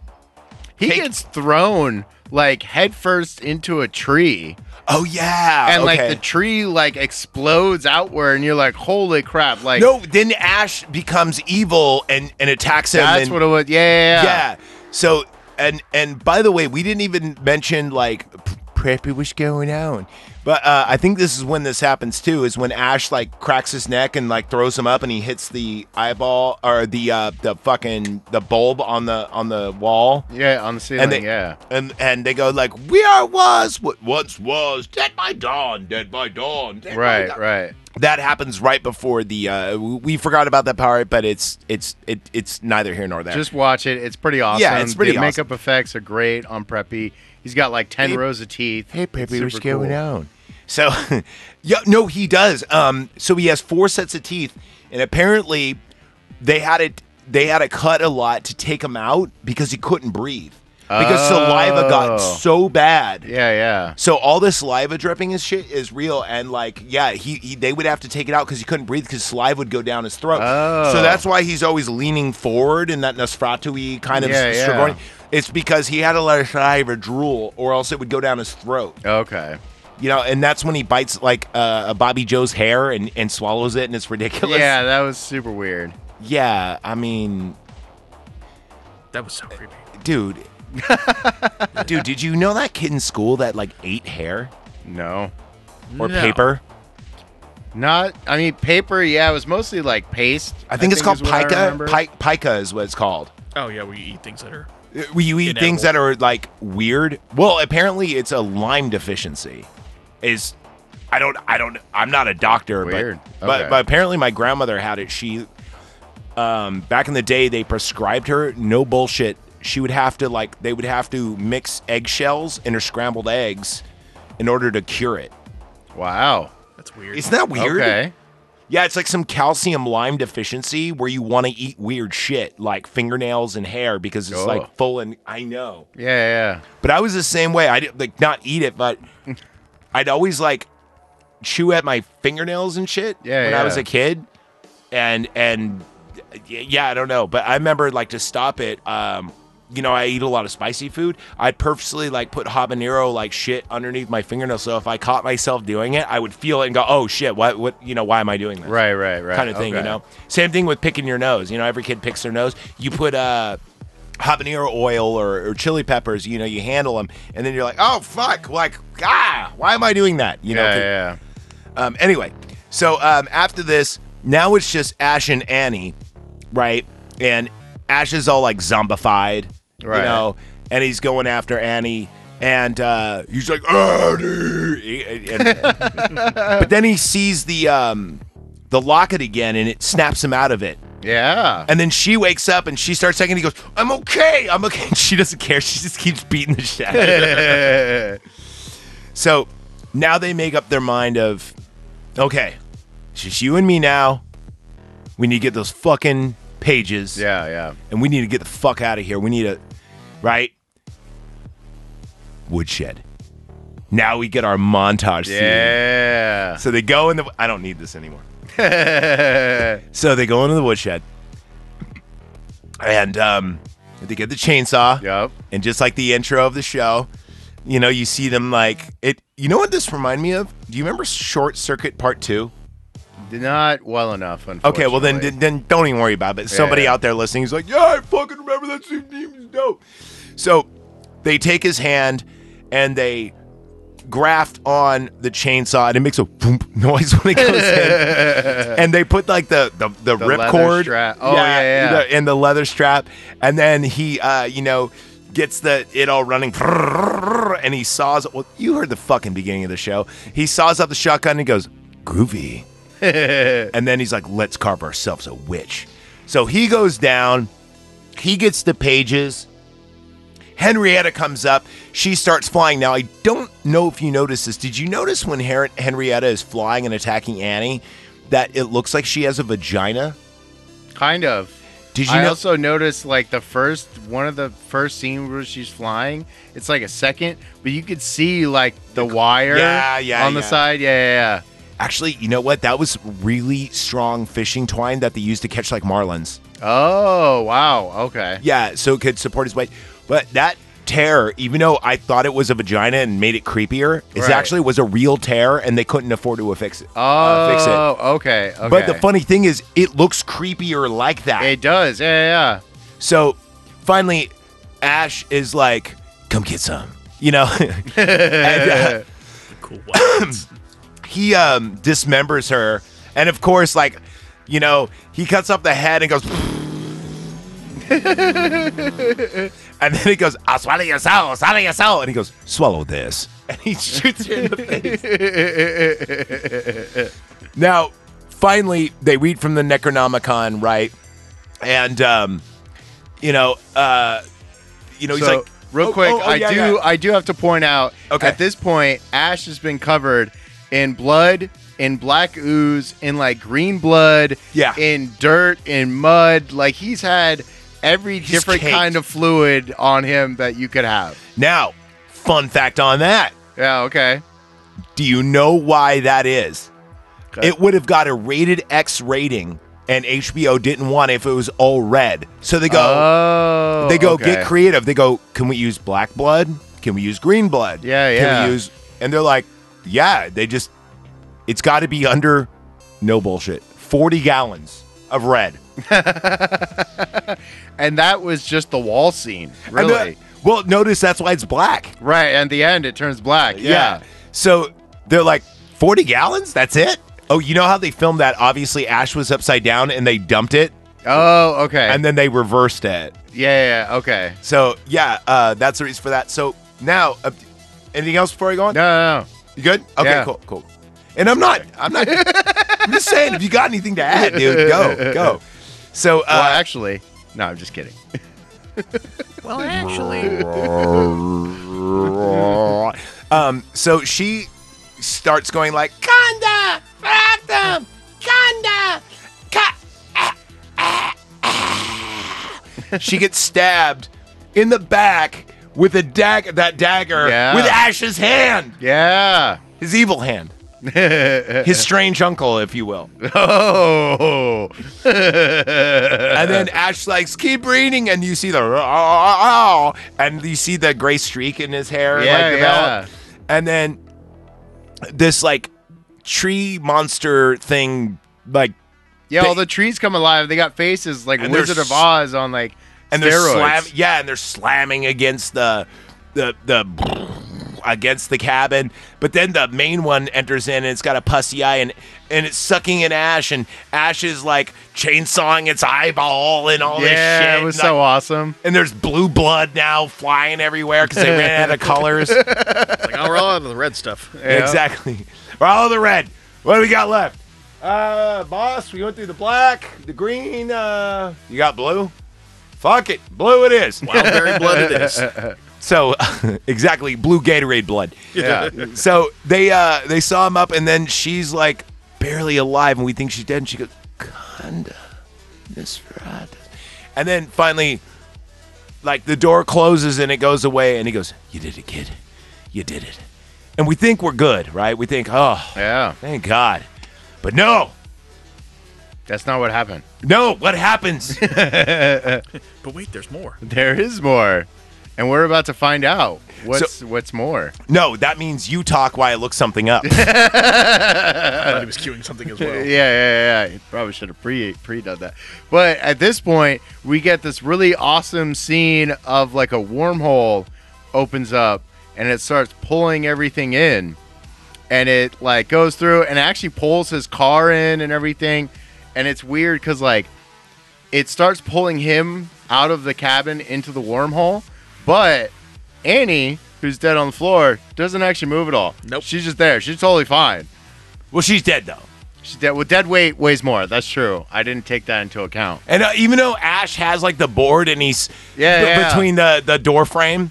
B: He
A: Take-
B: gets thrown like headfirst into a tree,
A: Oh yeah,
B: and like
A: okay.
B: the tree like explodes outward, and you're like, "Holy crap!" Like
A: no, then Ash becomes evil and and attacks him.
B: that's
A: and,
B: what it was. Yeah, yeah, yeah.
A: yeah. So and and by the way, we didn't even mention like p- Preppy what's going on. But uh, I think this is when this happens too. Is when Ash like cracks his neck and like throws him up, and he hits the eyeball or the uh, the fucking the bulb on the on the wall.
B: yeah, on the ceiling.
A: And they
B: yeah,
A: and and they go like, "We are was what once was dead by dawn, dead by dawn." Dead by
B: right,
A: dawn."
B: right.
A: That happens right before the. Uh, w- we forgot about that part, but it's it's it, it's neither here nor there.
B: Just watch it. It's pretty awesome.
A: it's pretty
B: the
A: awesome.
B: makeup effects are great on Preppy. He's got like ten
A: Hey-
B: rows of teeth.
A: Hey,
B: It's
A: Peppy, what's
B: super
A: going
B: cool.
A: on? So, yeah, no, he does. Um, so he has four sets of teeth, and apparently, they had it. They had to cut a lot to take him out because he couldn't breathe because saliva got
B: Oh.
A: so bad.
B: Yeah, yeah.
A: So all this saliva dripping and shit is real, and like, yeah, he, he they would have to take it out because he couldn't breathe because saliva would go down his throat.
B: Oh.
A: So that's why he's always leaning forward in that Nosferatu kind of
B: Yeah, yeah.
A: Strigoi. It's because he had to let his saliva drool, or else it would go down his throat
B: Okay.
A: you know, and that's when he bites like uh, a Bobby Joe's hair and, and swallows it, and it's ridiculous.
B: Yeah, that was super weird.
A: yeah. I mean,
C: That was so creepy.
A: dude, dude, did you know that kid in school that like ate hair
B: No.
A: or
C: No.
A: paper?
B: Not, I mean, paper, yeah, it was mostly like paste.
A: I think it's called
B: is what I
A: pica.
B: remember.
A: Pi- pica is what it's called.
C: Oh yeah, we eat things that are.
A: Uh, Will you eat
C: Inedible.
A: things that are like weird? Well, apparently it's a Lyme deficiency. Is I don't I don't I'm not a doctor, but-
B: Weird.
A: but
B: Okay.
A: but apparently my grandmother had it. She um back in the day they prescribed her no bullshit. She would have to like they would have to mix eggshells in her scrambled eggs in order to cure it.
B: Wow.
C: That's weird.
A: Isn't that weird?
B: Okay.
A: Yeah, it's like some calcium lime deficiency where you want to eat weird shit like fingernails and hair because it's
B: Oh.
A: like full and I know.
B: Yeah, yeah.
A: But I was the same way. I would like not eat it, but I'd always like chew at my fingernails and shit
B: Yeah,
A: when I was
B: yeah.
A: a kid. And and y- yeah, I don't know, but I remember like to stop it. Um, you know, I eat a lot of spicy food. I purposely like put habanero like shit underneath my fingernail, so if I caught myself doing it, I would feel it and go, "Oh shit, what what you know? Why am I doing this?"
B: Right, right, right.
A: kind of thing, you
B: Okay.
A: know. Same thing with picking your nose. You know, every kid picks their nose. You put uh, habanero oil or, or chili peppers. You know, you handle them, and then you're like, oh fuck, like ah, why am I doing that? You know.
B: yeah,
A: could-
B: yeah.
A: Um, anyway, so um, after this, now it's just Ash and Annie, right? And Ash is all like zombified, you
B: Right.
A: know, and he's going after Annie. And uh, he's like, Annie! And- but then he sees the um, the locket again, and it snaps him out of it.
B: Yeah.
A: And then she wakes up, and she starts taking. He goes, "I'm okay, I'm okay." She doesn't care. She just keeps beating the shit. out of him. So now they make up their mind of, okay, it's just you and me now. We need to get those fucking pages,
B: yeah, yeah.
A: and we need to get the fuck out of here. We need to, right? Woodshed. Now we get our montage scene.
B: Yeah.
A: So they go in the. I don't need this anymore. so they go into the woodshed, and um, they get the chainsaw.
B: Yup.
A: And just like the intro of the show, you know, you see them like it. You know what this remind me of? Do you remember Short Circuit Part Two?
B: Not well enough, unfortunately.
A: Okay, well then, then then don't even worry about it. But somebody
B: Yeah.
A: out there listening is like, yeah, I fucking remember that scene. It was dope. So they take his hand and they graft on the chainsaw, and it makes a boomp noise when it goes in. and they put like the the, the,
B: The leather
A: ripcord,
B: strap. Oh, yeah, yeah, yeah.
A: the- and the leather strap, and then he, uh, you know. Gets the it all running, and he saws. Well, you heard the fucking beginning of the show. He saws up the shotgun and goes groovy. And then he's like, let's carve ourselves a witch. So he goes down, he gets the pages. Henrietta comes up, she starts flying. Now, I don't know if you noticed this. Did you notice when Her- Henrietta is flying and attacking Annie that it looks like she has a vagina?
B: kind of.
A: Did you
B: I
A: know-
B: also notice like the first one of the first scene where she's flying? It's like a second, but you could see like the wire
A: Yeah, yeah,
B: on the
A: yeah.
B: side. Yeah, yeah,
A: Actually, you know what? That was really strong fishing twine that they used to catch like marlins.
B: yeah. Oh, wow. Okay.
A: Yeah, so it could support his weight. But that tear, even though I thought it was a vagina and made it creepier, it
B: Right.
A: actually was a real tear and they couldn't afford to affix it.
B: Oh,
A: uh, fix it.
B: okay. Okay.
A: But the funny thing is, it looks creepier like that.
B: It does. Yeah, yeah,
A: so finally, Ash is like, come get some. You know? and, uh,
C: Cool. What?
A: he um, dismembers her. And of course, like, you know, he cuts off the head and goes, and then he goes, I'll swallow your soul, swallow your soul. And he goes, swallow this. And he shoots her in the face. Now, finally, they read from the Necronomicon, right? And um, you know, uh, you know,
B: yeah.
A: he's
B: So,
A: like,
B: real
A: oh,
B: quick,
A: oh, oh,
B: I
A: yeah,
B: do
A: yeah.
B: I do have to point out
A: Okay.
B: at this point, Ash has been covered in blood, in black ooze, in like green blood,
A: Yeah.
B: in dirt, in mud. Like he's had every different
A: caked.
B: kind of fluid on him that you could have.
A: Now, fun fact on that:
B: Yeah, okay.
A: Do you know why that is?
B: Okay.
A: It would have got a rated X rating, and HBO didn't want it if it was all red. So they go,
B: oh,
A: they go
B: okay.
A: get creative. They go, can we use black blood? Can we use green blood?
B: Yeah,
A: Can
B: yeah.
A: we use? And they're like, yeah. They just, it's got to be under, no bullshit, forty gallons of red.
B: and that was just the wall scene,
A: And
B: really.
A: the- well, notice that's why it's black.
B: right, and the end it turns black. Yeah.
A: So they're like, 40 gallons? That's it? Oh, you know how they filmed that? Obviously, Ash was upside down and they dumped it
B: Oh, okay.
A: and then they reversed it.
B: yeah, yeah, yeah, okay.
A: So, yeah, uh, that's the reason for that. So now, uh, anything else before I go on?
B: No, no, no.
A: You good? Okay,
B: Yeah.
A: cool, cool. And I'm not, I'm not, I'm just saying, if you got anything to add, dude, go, go. So,
B: Well,
A: uh,
B: actually, no, I'm just kidding.
C: well, actually,
A: um, so she starts going like, Kanda, Fratham, Kanda, Ka. ah, ah, ah." She gets stabbed in the back with a dag that dagger
B: Yeah.
A: with Ash's hand,
B: Yeah.
A: his evil hand, his strange uncle, if you will.
B: oh.
A: and then Ash likes keep reading, and you see the "Oh," and you see the gray streak in his hair,
B: Yeah,
A: like
B: yeah.
A: develop. And then this like tree monster thing, like
B: yeah, all
A: They-
B: the trees come alive. They got faces like
A: And they're
B: Wizard of
A: s-
B: Oz on like
A: and they're
B: steroids.
A: slam, yeah, and they're slamming against the the the against the cabin. But then the main one enters in, and it's got a pussy eye, and and it's sucking in Ash, and Ash is like chainsawing its eyeball and all this
B: yeah,
A: shit.
B: it was
A: and, like,
B: so awesome.
A: and there's blue blood now flying everywhere because they ran out of colors.
C: it's like, oh, we're all out of the red stuff.
A: Exactly. We're all the red. What do we got left? Uh, boss, we went through the black, the green. Uh, you got blue. Fuck it, blue it is.
C: Wildberry blood it is.
A: So, exactly, blue Gatorade blood.
B: Yeah.
A: So they uh they saw him up, and then she's like barely alive, and we think she's dead, and she goes, "Conda, Nosferatu," and then finally, like the door closes and it goes away, and he goes, "You did it, kid, you did it," and we think we're good, right? We think, "Oh,
B: yeah.
A: thank God," but no,
B: That's not what happened.
A: no, what happens?
C: But wait, there's more.
B: There is more. and we're about to find out what's what's more.
A: No, that means you talk while I look something up.
C: I thought he was queuing something as well.
B: Yeah, yeah, yeah. You probably should have pre pre done that. But at this point, we get this really awesome scene of like a wormhole opens up and it starts pulling everything in. And it like goes through and actually pulls his car in and everything. And it's weird because like it starts pulling him out of the cabin into the wormhole, but Annie, who's dead on the floor, doesn't actually move at all.
C: Nope.
B: She's just there. She's totally fine.
A: well, she's dead though.
B: She's dead. Well, dead weight weighs more. That's true. I didn't take that into account.
A: And uh, even though Ash has like the board and he's
B: Yeah,
A: b-
B: yeah.
A: between the the door frame,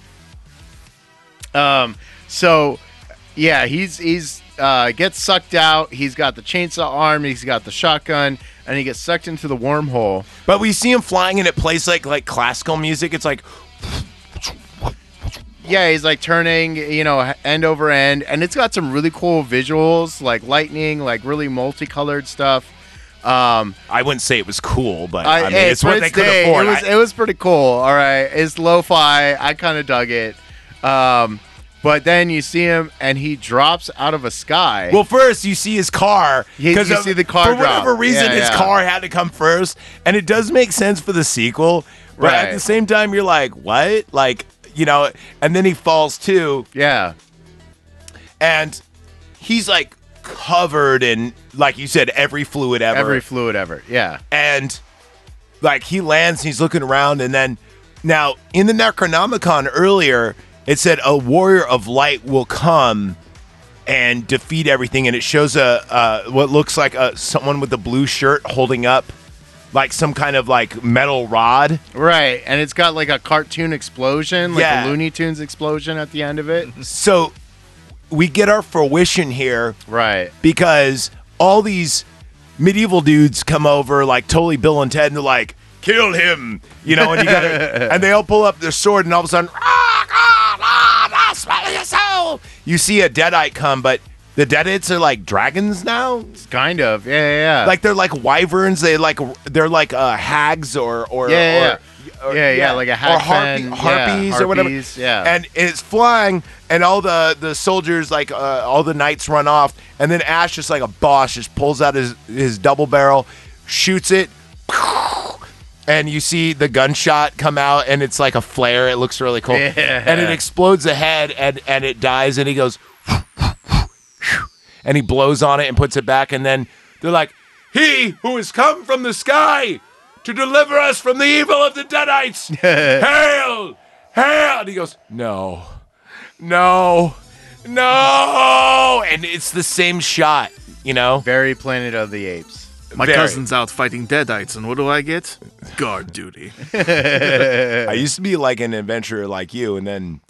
B: Um, so yeah, he's he's uh, gets sucked out. He's got the chainsaw arm. He's got the shotgun, and he gets sucked into the wormhole.
A: but we see him flying and it plays like like classical music. It's like
B: Yeah, he's like turning, you know, end over end, and it's got some really cool visuals, like lightning, like really multicolored stuff. Um,
A: I wouldn't say it was cool, but I, mean
B: hey,
A: it's what
B: for
A: they
B: its
A: could
B: day,
A: afford.
B: It was,
A: I-
B: it was pretty cool. All right, it's lo-fi. I kind of dug it. Um, but then you see him, and he drops out of a sky.
A: well, first you see his car
B: You- you
A: of-
B: see the car
A: for whatever
B: drop.
A: reason
B: Yeah,
A: his
B: yeah.
A: car had to come first, and it does make sense for the sequel. But at
B: Right.
A: the same time, you're like, what? Like you know, and then he falls too.
B: yeah,
A: and he's like covered in like you said every fluid ever
B: every fluid ever. Yeah,
A: and like he lands he's looking around and then now in the necronomicon earlier it said a warrior of light will come and defeat everything and it shows a uh, what looks like a someone with a blue shirt holding up like some kind of like metal rod
B: right. And it's got like a cartoon explosion, like
A: Yeah. Mm-hmm.
B: a Looney Tunes explosion at the end of it.
A: so we get our fruition here
B: right.
A: because all these medieval dudes come over like totally Bill and Ted and they're like, kill him, you know, and you gotta, and they all pull up their sword and all of a sudden, ah, God, ah, ah, swallow your soul. You see a deadite come, but the deadites are like dragons now.
B: Kind of. Yeah, yeah. yeah.
A: Like they're like wyverns. They like they're like uh, hags or or
B: Yeah, yeah,
A: or,
B: yeah. Yeah, yeah, like a
A: or
B: hag
A: harpy,
B: pen, yeah,
A: harpies or whatever.
B: harpies, yeah.
A: and it's flying, and all the the soldiers like uh, all the knights run off, and then Ash just like a boss just pulls out his his double barrel, shoots it. And you see the gunshot come out, and it's like a flare. It looks really cool,
B: Yeah.
A: and it explodes the head, and and it dies, and he goes, and he blows on it and puts it back, and then they're like, "He who has come from the sky to deliver us from the evil of the Deadites, hail, hail!" And he goes, "No, no, no!" And it's the same shot, you know.
B: very Planet of the Apes.
C: My
A: Very.
C: cousin's out fighting deadites, and what do I get? Guard duty.
A: I used to be like an adventurer like you, and then.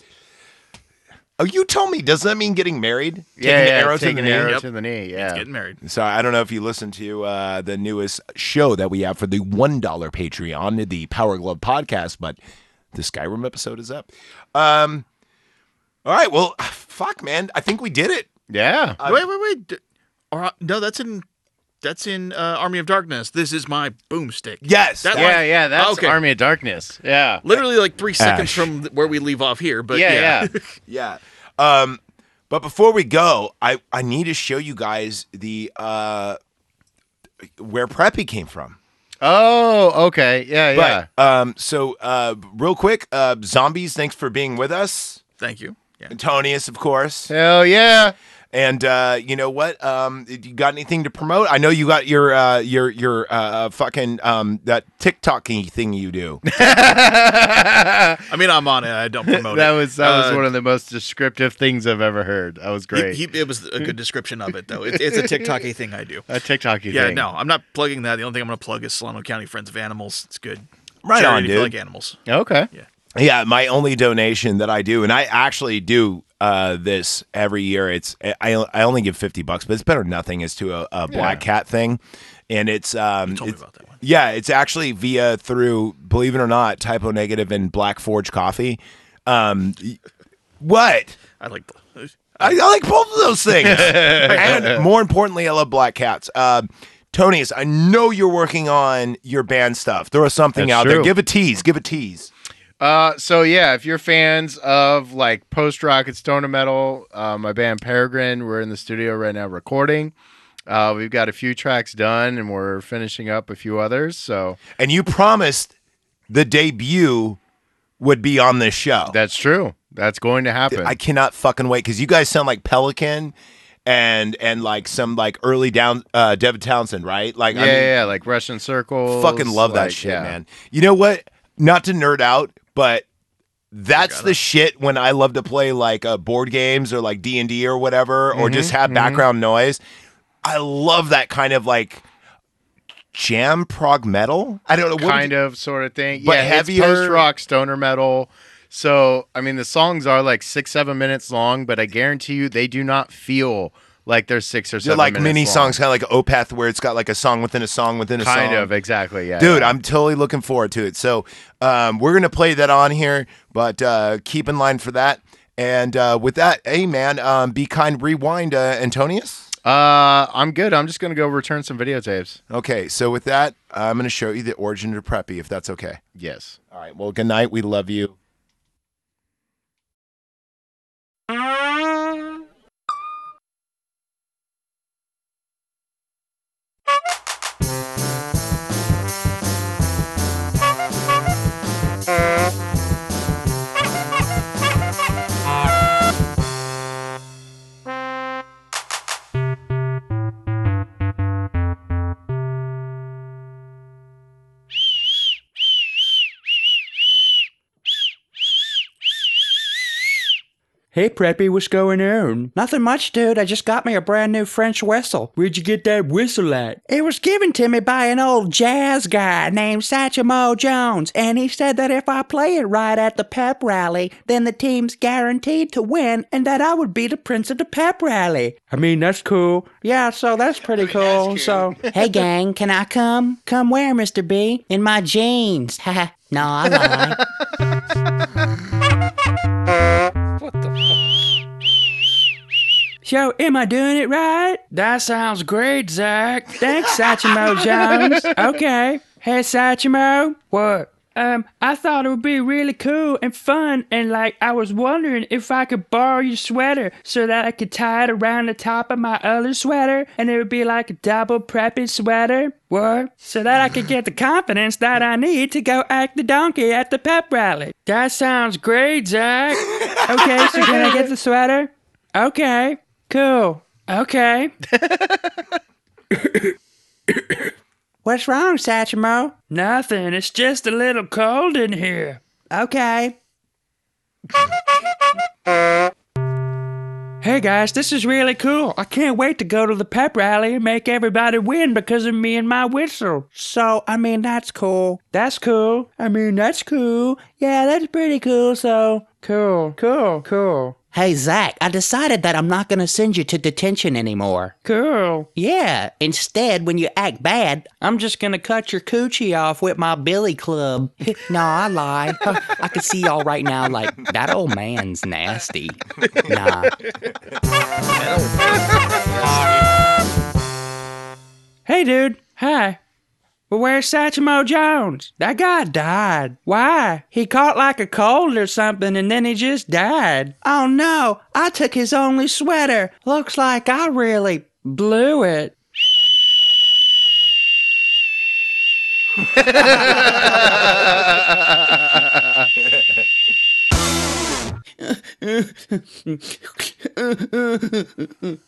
A: Oh, you told me. Does that mean getting married?
B: yeah, yeah, taking an
A: knee?
B: arrow
C: Yep.
B: to the knee. Yeah.
C: Getting married.
A: So I don't know if you listened to uh, the newest show that we have for the one dollar Patreon, the Power Glove podcast, but the Skyrim episode is up. Um, all right, well, fuck, man, I think we did it.
B: Yeah.
A: Uh,
C: wait, wait, wait. D- or, no, that's in that's in uh, Army of Darkness. This is my boomstick.
A: Yes,
C: That
A: that-
B: yeah,
C: line-
B: yeah, that's
C: okay.
B: Army of Darkness. Yeah.
C: Literally like three seconds
A: Ash.
C: from th- where we leave off here, but
B: yeah,
C: yeah,
B: yeah.
A: Yeah. Um, but before we go, I I need to show you guys the uh, where Preppy came from.
B: Oh, okay. Yeah, yeah.
A: But, um, so uh, real quick, uh, zombies, thanks for being with us.
C: Thank you. Yeah.
A: Antonius, of course.
B: Hell yeah.
A: And uh, you know what? Um, you got anything to promote? I know you got your uh, your your uh, fucking um, that TikToky thing you do.
C: I mean, I'm on it. I don't promote
B: That
C: it.
B: was that was
C: Uh,
B: one of the most descriptive things I've ever heard. That was great.
C: He, he, it was a good description of it, though. It, it's a TikTok-y thing I do.
B: a TikTok you
C: Yeah,
B: thing.
C: no, I'm not plugging that. The only thing I'm going to plug is Solano County Friends of Animals. It's good.
A: Right
C: Charity
A: on,
C: if you
A: dude.
C: like animals.
B: Okay.
A: yeah, my only donation that I do, and I actually do uh, this every year. It's I, I only give fifty bucks, but it's better than nothing. It's to a, a black cat thing, and it's um,
C: Told
A: it's-
C: me about that one.
A: Yeah, it's actually via through believe it or not, typo negative and Black Forge Coffee. Um, y- what?
C: I like. the-
A: I, I like both of those things. and more importantly, I love black cats. Uh, Tony's, I know you're working on your band stuff. Throw something
B: That's
A: out there.
B: true.
A: Give a tease. Give a tease.
B: Uh, so yeah, if you're fans of like post rock and stoner metal, uh, my band Peregrine, we're in the studio right now recording. Uh, we've got a few tracks done, and we're finishing up a few others. So
A: And you promised the debut would be on this show.
B: that's true. That's going to happen.
A: I cannot fucking wait because you guys sound like Pelican and and like some like early down uh Devin Townsend, right? Like
B: yeah,
A: I mean,
B: yeah, yeah, like Russian Circles.
A: fucking love that
B: like,
A: shit,
B: yeah.
A: man. You know what? Not to nerd out, but that's the shit when I love to play like uh, board games or like D and D or whatever, or just
B: Mm-hmm,
A: have background noise. I love that kind of like jam prog metal. I don't know what
B: kind of sort of thing.
A: But
B: yeah,
A: heavier-
B: it's post rock, stoner metal. So I mean, the songs are like six, seven minutes long, but I guarantee you, they do not feel like they're six or
A: They're
B: seven.
A: like
B: minutes
A: mini
B: long.
A: songs, kind of like Opeth, where it's got like a song within a song within a song.
B: Kind of exactly, yeah,
A: Dude,
B: yeah.
A: I'm totally looking forward to it. So um, we're gonna play that on here, but uh, keep in line for that. And uh, with that, hey man, um, be kind. Rewind, uh, Antonius.
B: Uh, I'm good. I'm just gonna go return some videotapes.
A: Okay, so with that, I'm gonna show you the origin of Preppy, if that's okay.
B: Yes.
A: All right. Well, good night. We love you.
G: Hey, Preppy, what's going on? Nothing much, dude. I just got me a brand new French whistle. Where'd you get that whistle at? It was given to me by an old jazz guy named Satchmo Jones, and he said that if I play it right at the pep rally, then the team's guaranteed to win, and that I would be the prince of the pep rally. I mean, that's cool. Yeah, so that's pretty cool. So, hey, gang, can I come? Come where, Mr. B? In my jeans. Haha. no, I lied. So, am I doing it right? That sounds great, Zach. Thanks, Satchmo Jones. Okay. Hey, Satchmo. What? Um, I thought it would be really cool and fun, and like I was wondering if I could borrow your sweater so that I could tie it around the top of my other sweater, and it would be like a double preppy sweater. What? So that I could get the confidence that I need to go act the donkey at the pep rally. That sounds great, Zach. Okay, so can I get the sweater? Okay. Cool. Okay. What's wrong, Satchmo? Nothing. It's just a little cold in here. Okay. Hey guys, this is really cool. I can't wait to go to the pep rally and make everybody win because of me and my whistle. So, I mean, that's cool. That's cool. I mean, that's cool. Yeah, that's pretty cool, so. Cool, cool, cool.
H: Hey, Zach, I decided that I'm not going to send you to detention anymore.
G: Cool.
H: Yeah, instead, when you act bad, I'm just going to cut your coochie off with my billy club. no, I lie. I can see y'all right now like, that old man's nasty. Nah.
G: Hey, dude. Hi. But where's Satchmo Jones? That guy died. Why? He caught like a cold or something and then he just died. Oh no, I took his only sweater. Looks like I really blew it.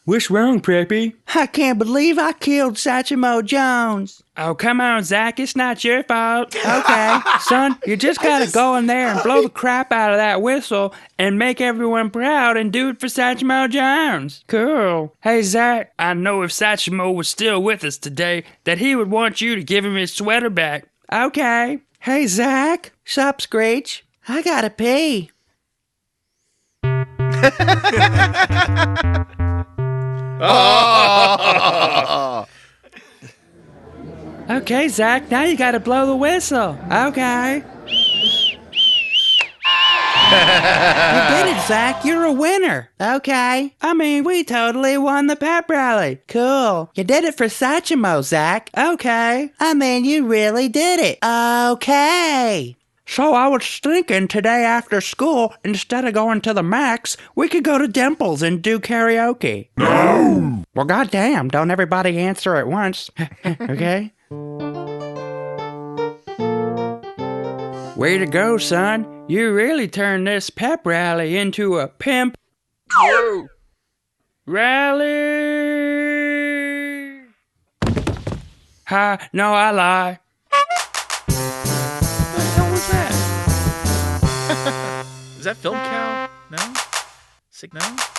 G: What's wrong, Preppy? I can't believe I killed Satchmo Jones. Oh, come on, Zach. It's not your fault. Okay. Son, you just gotta go in there and blow the crap out of that whistle and make everyone proud and do it for Satchmo Jones. Cool. Hey, Zach, I know if Satchmo was still with us today, that he would want you to give him his sweater back. Okay. Hey, Zach. Sup, Screech? I gotta pee. Okay, Zach, now you gotta blow the whistle. Okay. you did it, Zach. You're a winner. Okay. I mean, we totally won the pep rally. Cool. You did it for Sachimo, Zach. Okay. I mean, you really did it. Okay. So I was thinking today after school, instead of going to the Max, we could go to Dimples and do karaoke. No! Well, goddamn, don't everybody answer at once, okay? Way to go, son. You really turned this pep rally into a pimp rally. Ha, no, I lie. What the hell was that?
C: Is that film cow? No. Sick no.